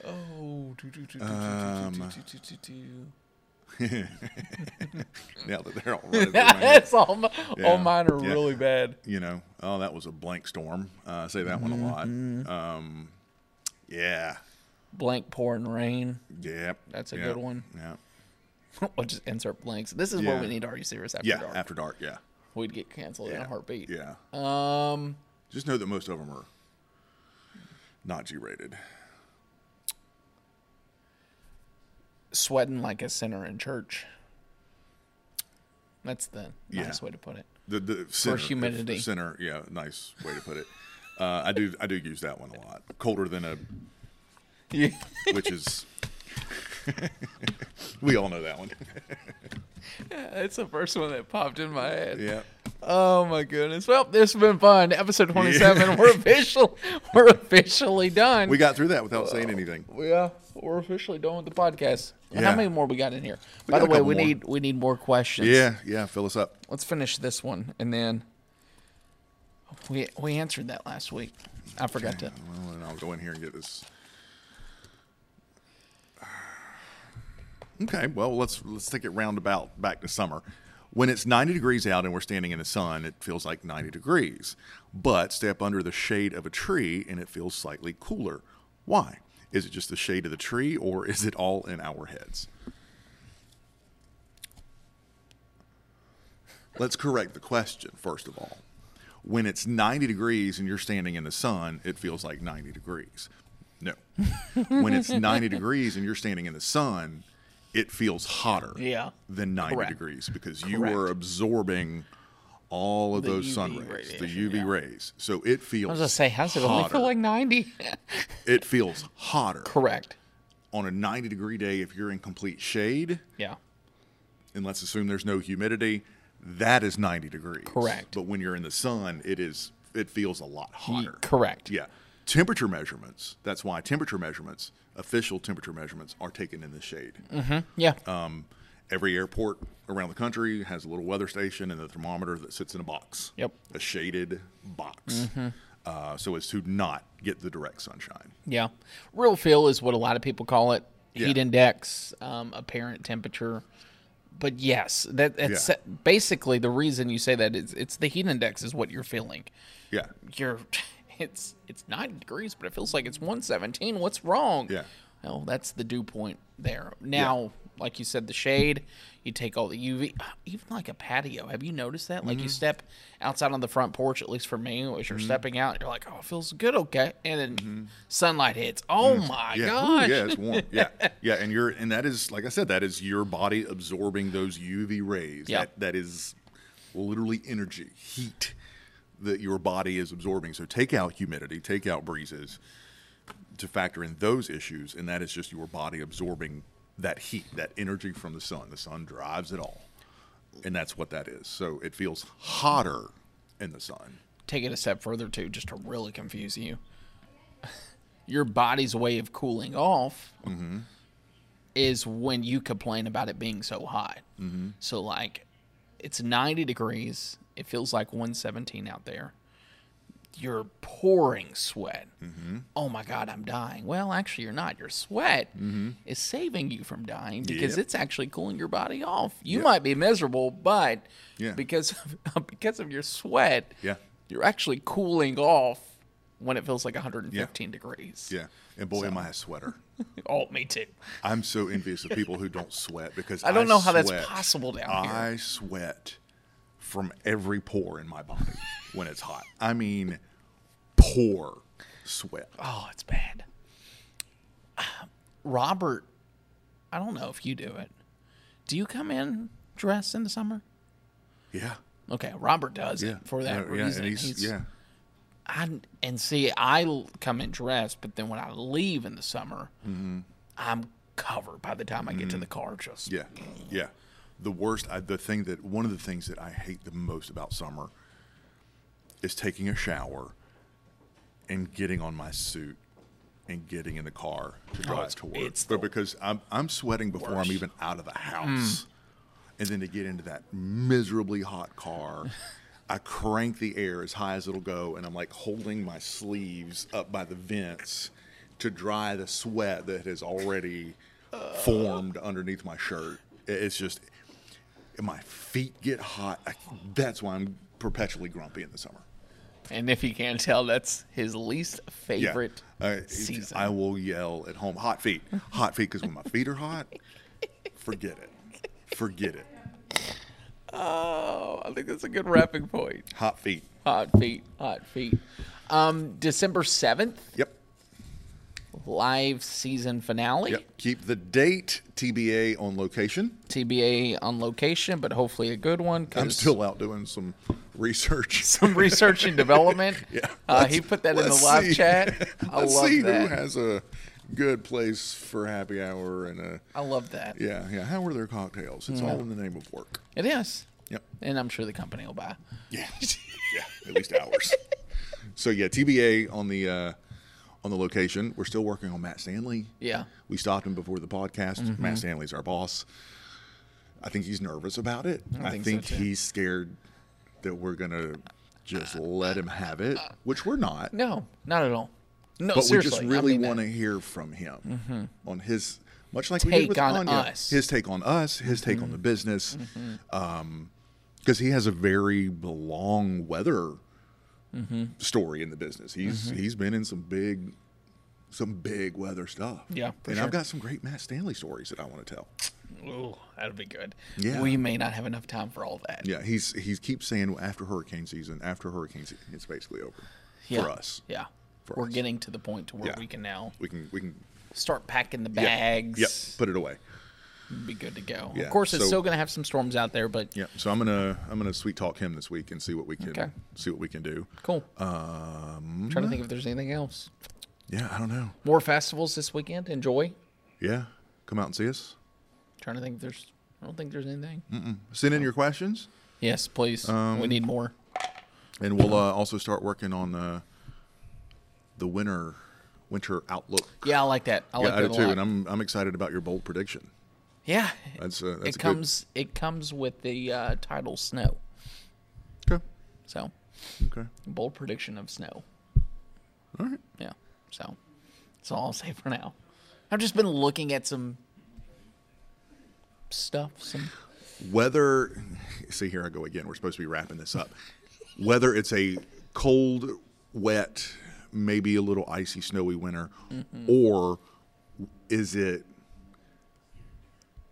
[SPEAKER 2] Oh, do, do, do, do, do, do, do, do, do, do, do.
[SPEAKER 1] Now that they're all running through my head,
[SPEAKER 2] That's all. mi-
[SPEAKER 1] Yeah,
[SPEAKER 2] All mine are
[SPEAKER 1] yeah.
[SPEAKER 2] really bad.
[SPEAKER 1] you know. Oh, that was a blank storm. Uh, I say that one a lot.
[SPEAKER 2] Mm-hmm.
[SPEAKER 1] Um, yeah,
[SPEAKER 2] Blank pouring rain.
[SPEAKER 1] yeah.
[SPEAKER 2] That's a
[SPEAKER 1] yeah,
[SPEAKER 2] good one.
[SPEAKER 1] Yeah,
[SPEAKER 2] I'll just insert blanks. This is where
[SPEAKER 1] Yeah.
[SPEAKER 2] we need Are You Serious After
[SPEAKER 1] yeah.
[SPEAKER 2] Dark.
[SPEAKER 1] After dark. Yeah,
[SPEAKER 2] We'd get canceled in a heartbeat.
[SPEAKER 1] yeah.
[SPEAKER 2] Um,
[SPEAKER 1] Just know that most of them are not G rated.
[SPEAKER 2] sweating like a sinner in church. That's the
[SPEAKER 1] Yeah.
[SPEAKER 2] nice way to put it.
[SPEAKER 1] The the center,
[SPEAKER 2] humidity.
[SPEAKER 1] center. Yeah, nice way to put it. Uh, I do I do use that one a lot. Colder than a
[SPEAKER 2] Yeah.
[SPEAKER 1] which is we all know that one.
[SPEAKER 2] That's the first one that popped in my head.
[SPEAKER 1] yeah.
[SPEAKER 2] Oh my goodness. Well, this has been fun. Episode 27. We're official. We're officially done.
[SPEAKER 1] We got through that without saying anything.
[SPEAKER 2] yeah, we're officially done with the podcast.
[SPEAKER 1] Yeah.
[SPEAKER 2] How many more we got in here?
[SPEAKER 1] We
[SPEAKER 2] By
[SPEAKER 1] got a
[SPEAKER 2] the way,
[SPEAKER 1] couple
[SPEAKER 2] we
[SPEAKER 1] more.
[SPEAKER 2] need we need more questions.
[SPEAKER 1] Yeah, yeah, fill us up.
[SPEAKER 2] Let's finish this one and then we we answered that last week. I forgot to.
[SPEAKER 1] Well, and I'll go in here and get this. Okay, well, let's let's take it roundabout back to summer. When it's 90 degrees out and we're standing in the sun, it feels like 90 degrees. But step under the shade of a tree and it feels slightly cooler. Why? Is it just the shade of the tree or is it all in our heads? Let's correct the question, first of all. When it's 90 degrees and you're standing in the sun, it feels like 90 degrees. No. when it's 90 degrees and you're standing in the sun, it feels hotter
[SPEAKER 2] Yeah.
[SPEAKER 1] than 90
[SPEAKER 2] Correct.
[SPEAKER 1] degrees because you
[SPEAKER 2] Correct.
[SPEAKER 1] are absorbing all of those sun
[SPEAKER 2] UV
[SPEAKER 1] rays, the
[SPEAKER 2] radiation,
[SPEAKER 1] UV rays. So it feels
[SPEAKER 2] I was gonna say, how's it only
[SPEAKER 1] hotter.
[SPEAKER 2] feel like ninety?
[SPEAKER 1] it feels hotter
[SPEAKER 2] Correct.
[SPEAKER 1] on a 90 degree day if you're in complete shade.
[SPEAKER 2] Yeah.
[SPEAKER 1] and let's assume there's no humidity, that is 90 degrees.
[SPEAKER 2] Correct.
[SPEAKER 1] But when you're in the sun, it is it feels a lot hotter.
[SPEAKER 2] Correct.
[SPEAKER 1] Yeah. Temperature measurements. That's why temperature measurements, official temperature measurements, are taken in the shade.
[SPEAKER 2] Mm. Yeah.
[SPEAKER 1] Um, every airport around the country has a little weather station and a thermometer that sits in a box.
[SPEAKER 2] Yep. Mm-hmm.
[SPEAKER 1] A shaded box. Uh, so as to not get the direct sunshine.
[SPEAKER 2] yeah. Real feel is what a lot of people call it. Heat
[SPEAKER 1] Yeah.
[SPEAKER 2] index, um, apparent temperature. But yes, that that's
[SPEAKER 1] Yeah.
[SPEAKER 2] basically the reason you say that is it's the heat index is what you're feeling.
[SPEAKER 1] Yeah.
[SPEAKER 2] You're it's it's nine degrees, but it feels like it's one seventeen. What's wrong?
[SPEAKER 1] Yeah.
[SPEAKER 2] Well, that's the dew point there. Now, like you said, the shade, you take all the UV, even like a patio. Have you noticed that?
[SPEAKER 1] Mm-hmm.
[SPEAKER 2] Like you step outside on the front porch, at least for me, as you're stepping out, you're like, oh, it feels good, okay. And then sunlight hits. Oh my
[SPEAKER 1] Mm-hmm. Mm. Yeah. Ooh,
[SPEAKER 2] gosh.
[SPEAKER 1] yeah, it's warm. Yeah. Yeah, and you're and that is like I said that is your body absorbing those UV rays.
[SPEAKER 2] Yeah.
[SPEAKER 1] That that is literally energy, heat that your body is absorbing. So take out humidity, take out breezes to factor in those issues and that is just your body absorbing that heat, that energy from the sun. The sun drives it all. And that's what that is. So it feels hotter in the sun.
[SPEAKER 2] Take it a step further, too, just to really confuse you. Your body's way of cooling off
[SPEAKER 1] Mm-hmm.
[SPEAKER 2] is when you complain about it being so hot.
[SPEAKER 1] Mm-hmm.
[SPEAKER 2] So like, it's 90 degrees. It feels like 117 out there. You're pouring sweat.
[SPEAKER 1] Mm-hmm.
[SPEAKER 2] Oh my God, I'm dying. Well, actually, you're not. Your sweat is saving you from dying because
[SPEAKER 1] Mm-hmm. Yep.
[SPEAKER 2] it's actually cooling your body off. You might be miserable, but
[SPEAKER 1] Yeah.
[SPEAKER 2] because of, because of your sweat,
[SPEAKER 1] Yeah.
[SPEAKER 2] you're actually cooling off when it feels like 115 degrees.
[SPEAKER 1] Yeah. And boy am I a sweater.
[SPEAKER 2] Oh, me too.
[SPEAKER 1] I'm so envious of people who don't sweat because
[SPEAKER 2] I don't know how that's
[SPEAKER 1] sweat-
[SPEAKER 2] possible down here.
[SPEAKER 1] I sweat from every pore in my body when it's hot. I mean, pore sweat.
[SPEAKER 2] Oh, it's bad. Robert, I don't know if you do it. Do you come in dressed in the summer?
[SPEAKER 1] Yeah,
[SPEAKER 2] Okay, Robert does
[SPEAKER 1] yeah.
[SPEAKER 2] it for that
[SPEAKER 1] yeah,
[SPEAKER 2] reason.
[SPEAKER 1] Yeah, and he's-
[SPEAKER 2] He's-
[SPEAKER 1] yeah,
[SPEAKER 2] I, and see, I l- come in dressed, but then when I leave in the summer, I'm covered by the time I get to the car. Just
[SPEAKER 1] Mm-hmm. yeah, yeah. The worst. I, the thing that one of the things that I hate the most about summer is taking a shower and getting on my suit and getting in the car to drive
[SPEAKER 2] it's-
[SPEAKER 1] to work.
[SPEAKER 2] it's
[SPEAKER 1] but
[SPEAKER 2] the
[SPEAKER 1] because I'm I'm sweating before
[SPEAKER 2] worst. Mm.
[SPEAKER 1] I'm even out of the house. And then to get into that miserably hot car, I crank the air as high as it'll go and I'm like holding my sleeves up by the vents to dry the sweat that has already formed underneath my shirt. It- It's just my feet get hot. I, that's why I'm perpetually grumpy in the summer.
[SPEAKER 2] and if you can't tell, that's his least favorite
[SPEAKER 1] Yeah. Uh, it's-
[SPEAKER 2] season.
[SPEAKER 1] I will yell at home, hot feet, hot feet, because when my feet are hot, forget it, forget it.
[SPEAKER 2] oh, I think that's a good wrapping point.
[SPEAKER 1] Hot feet.
[SPEAKER 2] Hot feet, hot feet. Um, December seventh,
[SPEAKER 1] Yep.
[SPEAKER 2] live season finale.
[SPEAKER 1] Yep. Keep the date TBA on location.
[SPEAKER 2] TBA on location, but hopefully a good one.
[SPEAKER 1] I'm
[SPEAKER 2] 'cause
[SPEAKER 1] still out doing some research.
[SPEAKER 2] some research and development.
[SPEAKER 1] Yeah.
[SPEAKER 2] uh,
[SPEAKER 1] Let's-
[SPEAKER 2] he put that in the
[SPEAKER 1] let's
[SPEAKER 2] live
[SPEAKER 1] see.
[SPEAKER 2] chat. I
[SPEAKER 1] Let's
[SPEAKER 2] love
[SPEAKER 1] see who
[SPEAKER 2] that.
[SPEAKER 1] has a good place for happy hour and a
[SPEAKER 2] I love that.
[SPEAKER 1] yeah yeah. How are their cocktails? It's
[SPEAKER 2] Mm.
[SPEAKER 1] all in the name of work.
[SPEAKER 2] It is,
[SPEAKER 1] Yep.
[SPEAKER 2] and I'm sure the company will buy.
[SPEAKER 1] Yeah, yeah, at least ours. so yeah, TBA on the uh, on the location. We're still working on Matt Stanley.
[SPEAKER 2] Yeah. Mm-hmm.
[SPEAKER 1] we stopped him before the podcast. Matt Stanley's our boss. I think he's nervous about it. I,
[SPEAKER 2] think
[SPEAKER 1] think,
[SPEAKER 2] so, too.
[SPEAKER 1] he's scared that we're gonna just
[SPEAKER 2] Uh,
[SPEAKER 1] let him have it, which we're not.
[SPEAKER 2] No, not at all. No,
[SPEAKER 1] but we
[SPEAKER 2] seriously.
[SPEAKER 1] just
[SPEAKER 2] I
[SPEAKER 1] really
[SPEAKER 2] mean that.
[SPEAKER 1] want to hear from him on his much like we
[SPEAKER 2] Take
[SPEAKER 1] did with
[SPEAKER 2] on
[SPEAKER 1] Anya,
[SPEAKER 2] us. Mm-hmm.
[SPEAKER 1] his take on us, his take on the business. Um, because he has a very long weather
[SPEAKER 2] Mm-hmm.
[SPEAKER 1] story in the business. He's he's been in some big some big weather stuff.
[SPEAKER 2] Yeah, for
[SPEAKER 1] and
[SPEAKER 2] sure.
[SPEAKER 1] I've got some great Matt Stanley stories that I want to tell.
[SPEAKER 2] Ooh, that'll be good.
[SPEAKER 1] Yeah.
[SPEAKER 2] We may not have enough time for all that.
[SPEAKER 1] Yeah, he's he keeps saying "Well, after hurricane season, after hurricane season, it's basically over
[SPEAKER 2] Yeah.
[SPEAKER 1] for us.
[SPEAKER 2] Yeah.
[SPEAKER 1] For
[SPEAKER 2] We're
[SPEAKER 1] us.
[SPEAKER 2] getting to the point to where
[SPEAKER 1] Yeah.
[SPEAKER 2] we can now
[SPEAKER 1] We can we can
[SPEAKER 2] start packing the
[SPEAKER 1] yeah,
[SPEAKER 2] bags.
[SPEAKER 1] Yep, put it away.
[SPEAKER 2] Be good to go.
[SPEAKER 1] Yeah,
[SPEAKER 2] Of course, it's
[SPEAKER 1] so-
[SPEAKER 2] still going to have some storms out there, but
[SPEAKER 1] Yeah, so I'm gonna I'm gonna sweet talk him this week and see what we can
[SPEAKER 2] Okay.
[SPEAKER 1] see what we can do.
[SPEAKER 2] cool.
[SPEAKER 1] Uh, Um,
[SPEAKER 2] trying to think if there's anything else.
[SPEAKER 1] yeah, I don't know.
[SPEAKER 2] More festivals this weekend. Enjoy.
[SPEAKER 1] Yeah, come out and see us.
[SPEAKER 2] Trying to think if there's. I don't think there's anything.
[SPEAKER 1] Mm. Send in your questions,
[SPEAKER 2] Yes, please.
[SPEAKER 1] Um,
[SPEAKER 2] we need more.
[SPEAKER 1] and we'll uh, also start working on the the winter winter outlook.
[SPEAKER 2] Yeah, I like that. I like
[SPEAKER 1] yeah, I
[SPEAKER 2] that
[SPEAKER 1] do
[SPEAKER 2] a
[SPEAKER 1] too,
[SPEAKER 2] lot.
[SPEAKER 1] and I'm I'm excited about your bold prediction.
[SPEAKER 2] yeah,
[SPEAKER 1] That's uh, that's
[SPEAKER 2] it comes. It comes with the uh, title snow.
[SPEAKER 1] Good.
[SPEAKER 2] So
[SPEAKER 1] Okay. Okay.
[SPEAKER 2] bold prediction of snow.
[SPEAKER 1] All right.
[SPEAKER 2] Yeah. So that's all I'll say for now. I've just been looking at some stuff. Some
[SPEAKER 1] whether see here I go again. We're supposed to be wrapping this up. Whether it's a cold, wet, maybe a little icy, snowy winter,
[SPEAKER 2] Mm-hmm.
[SPEAKER 1] or is it?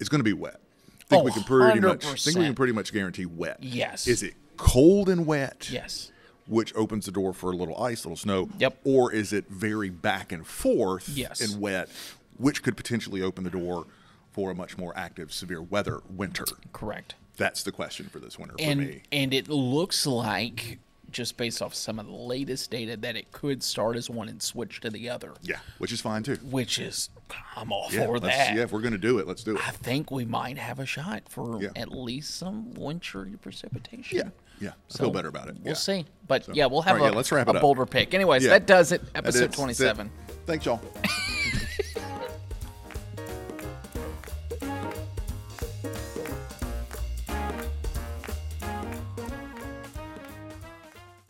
[SPEAKER 1] It's going to be wet. I think
[SPEAKER 2] Oh,
[SPEAKER 1] we can pretty much. I think we can
[SPEAKER 2] 100%.
[SPEAKER 1] pretty much guarantee wet.
[SPEAKER 2] Yes.
[SPEAKER 1] Is it cold and wet?
[SPEAKER 2] yes.
[SPEAKER 1] Which opens the door for a little ice, little snow.
[SPEAKER 2] Yep.
[SPEAKER 1] Or is it very back and forth
[SPEAKER 2] Yes.
[SPEAKER 1] and wet, which could potentially open the door for a much more active, severe weather winter?
[SPEAKER 2] Correct.
[SPEAKER 1] That's the question for this winter for
[SPEAKER 2] and
[SPEAKER 1] me.
[SPEAKER 2] and it looks like just based off some of the latest data that it could start as one and switch to the other,
[SPEAKER 1] Yeah, which is fine too.
[SPEAKER 2] which is I'm all
[SPEAKER 1] Yeah,
[SPEAKER 2] for
[SPEAKER 1] let's-
[SPEAKER 2] that.
[SPEAKER 1] yeah, if we're gonna do it, let's do it.
[SPEAKER 2] I think we might have a shot for
[SPEAKER 1] Yeah.
[SPEAKER 2] at least some winter precipitation.
[SPEAKER 1] Yeah, yeah. I feel better about it.
[SPEAKER 2] We'll
[SPEAKER 1] yeah.
[SPEAKER 2] see. But yeah, we'll have
[SPEAKER 1] All right,
[SPEAKER 2] a,
[SPEAKER 1] yeah, let's wrap
[SPEAKER 2] a
[SPEAKER 1] it up.
[SPEAKER 2] bolder pick. Anyways,
[SPEAKER 1] Yeah.
[SPEAKER 2] that does it.
[SPEAKER 1] That is-
[SPEAKER 2] Episode
[SPEAKER 1] that's it.
[SPEAKER 2] 27.
[SPEAKER 1] Thanks, y'all.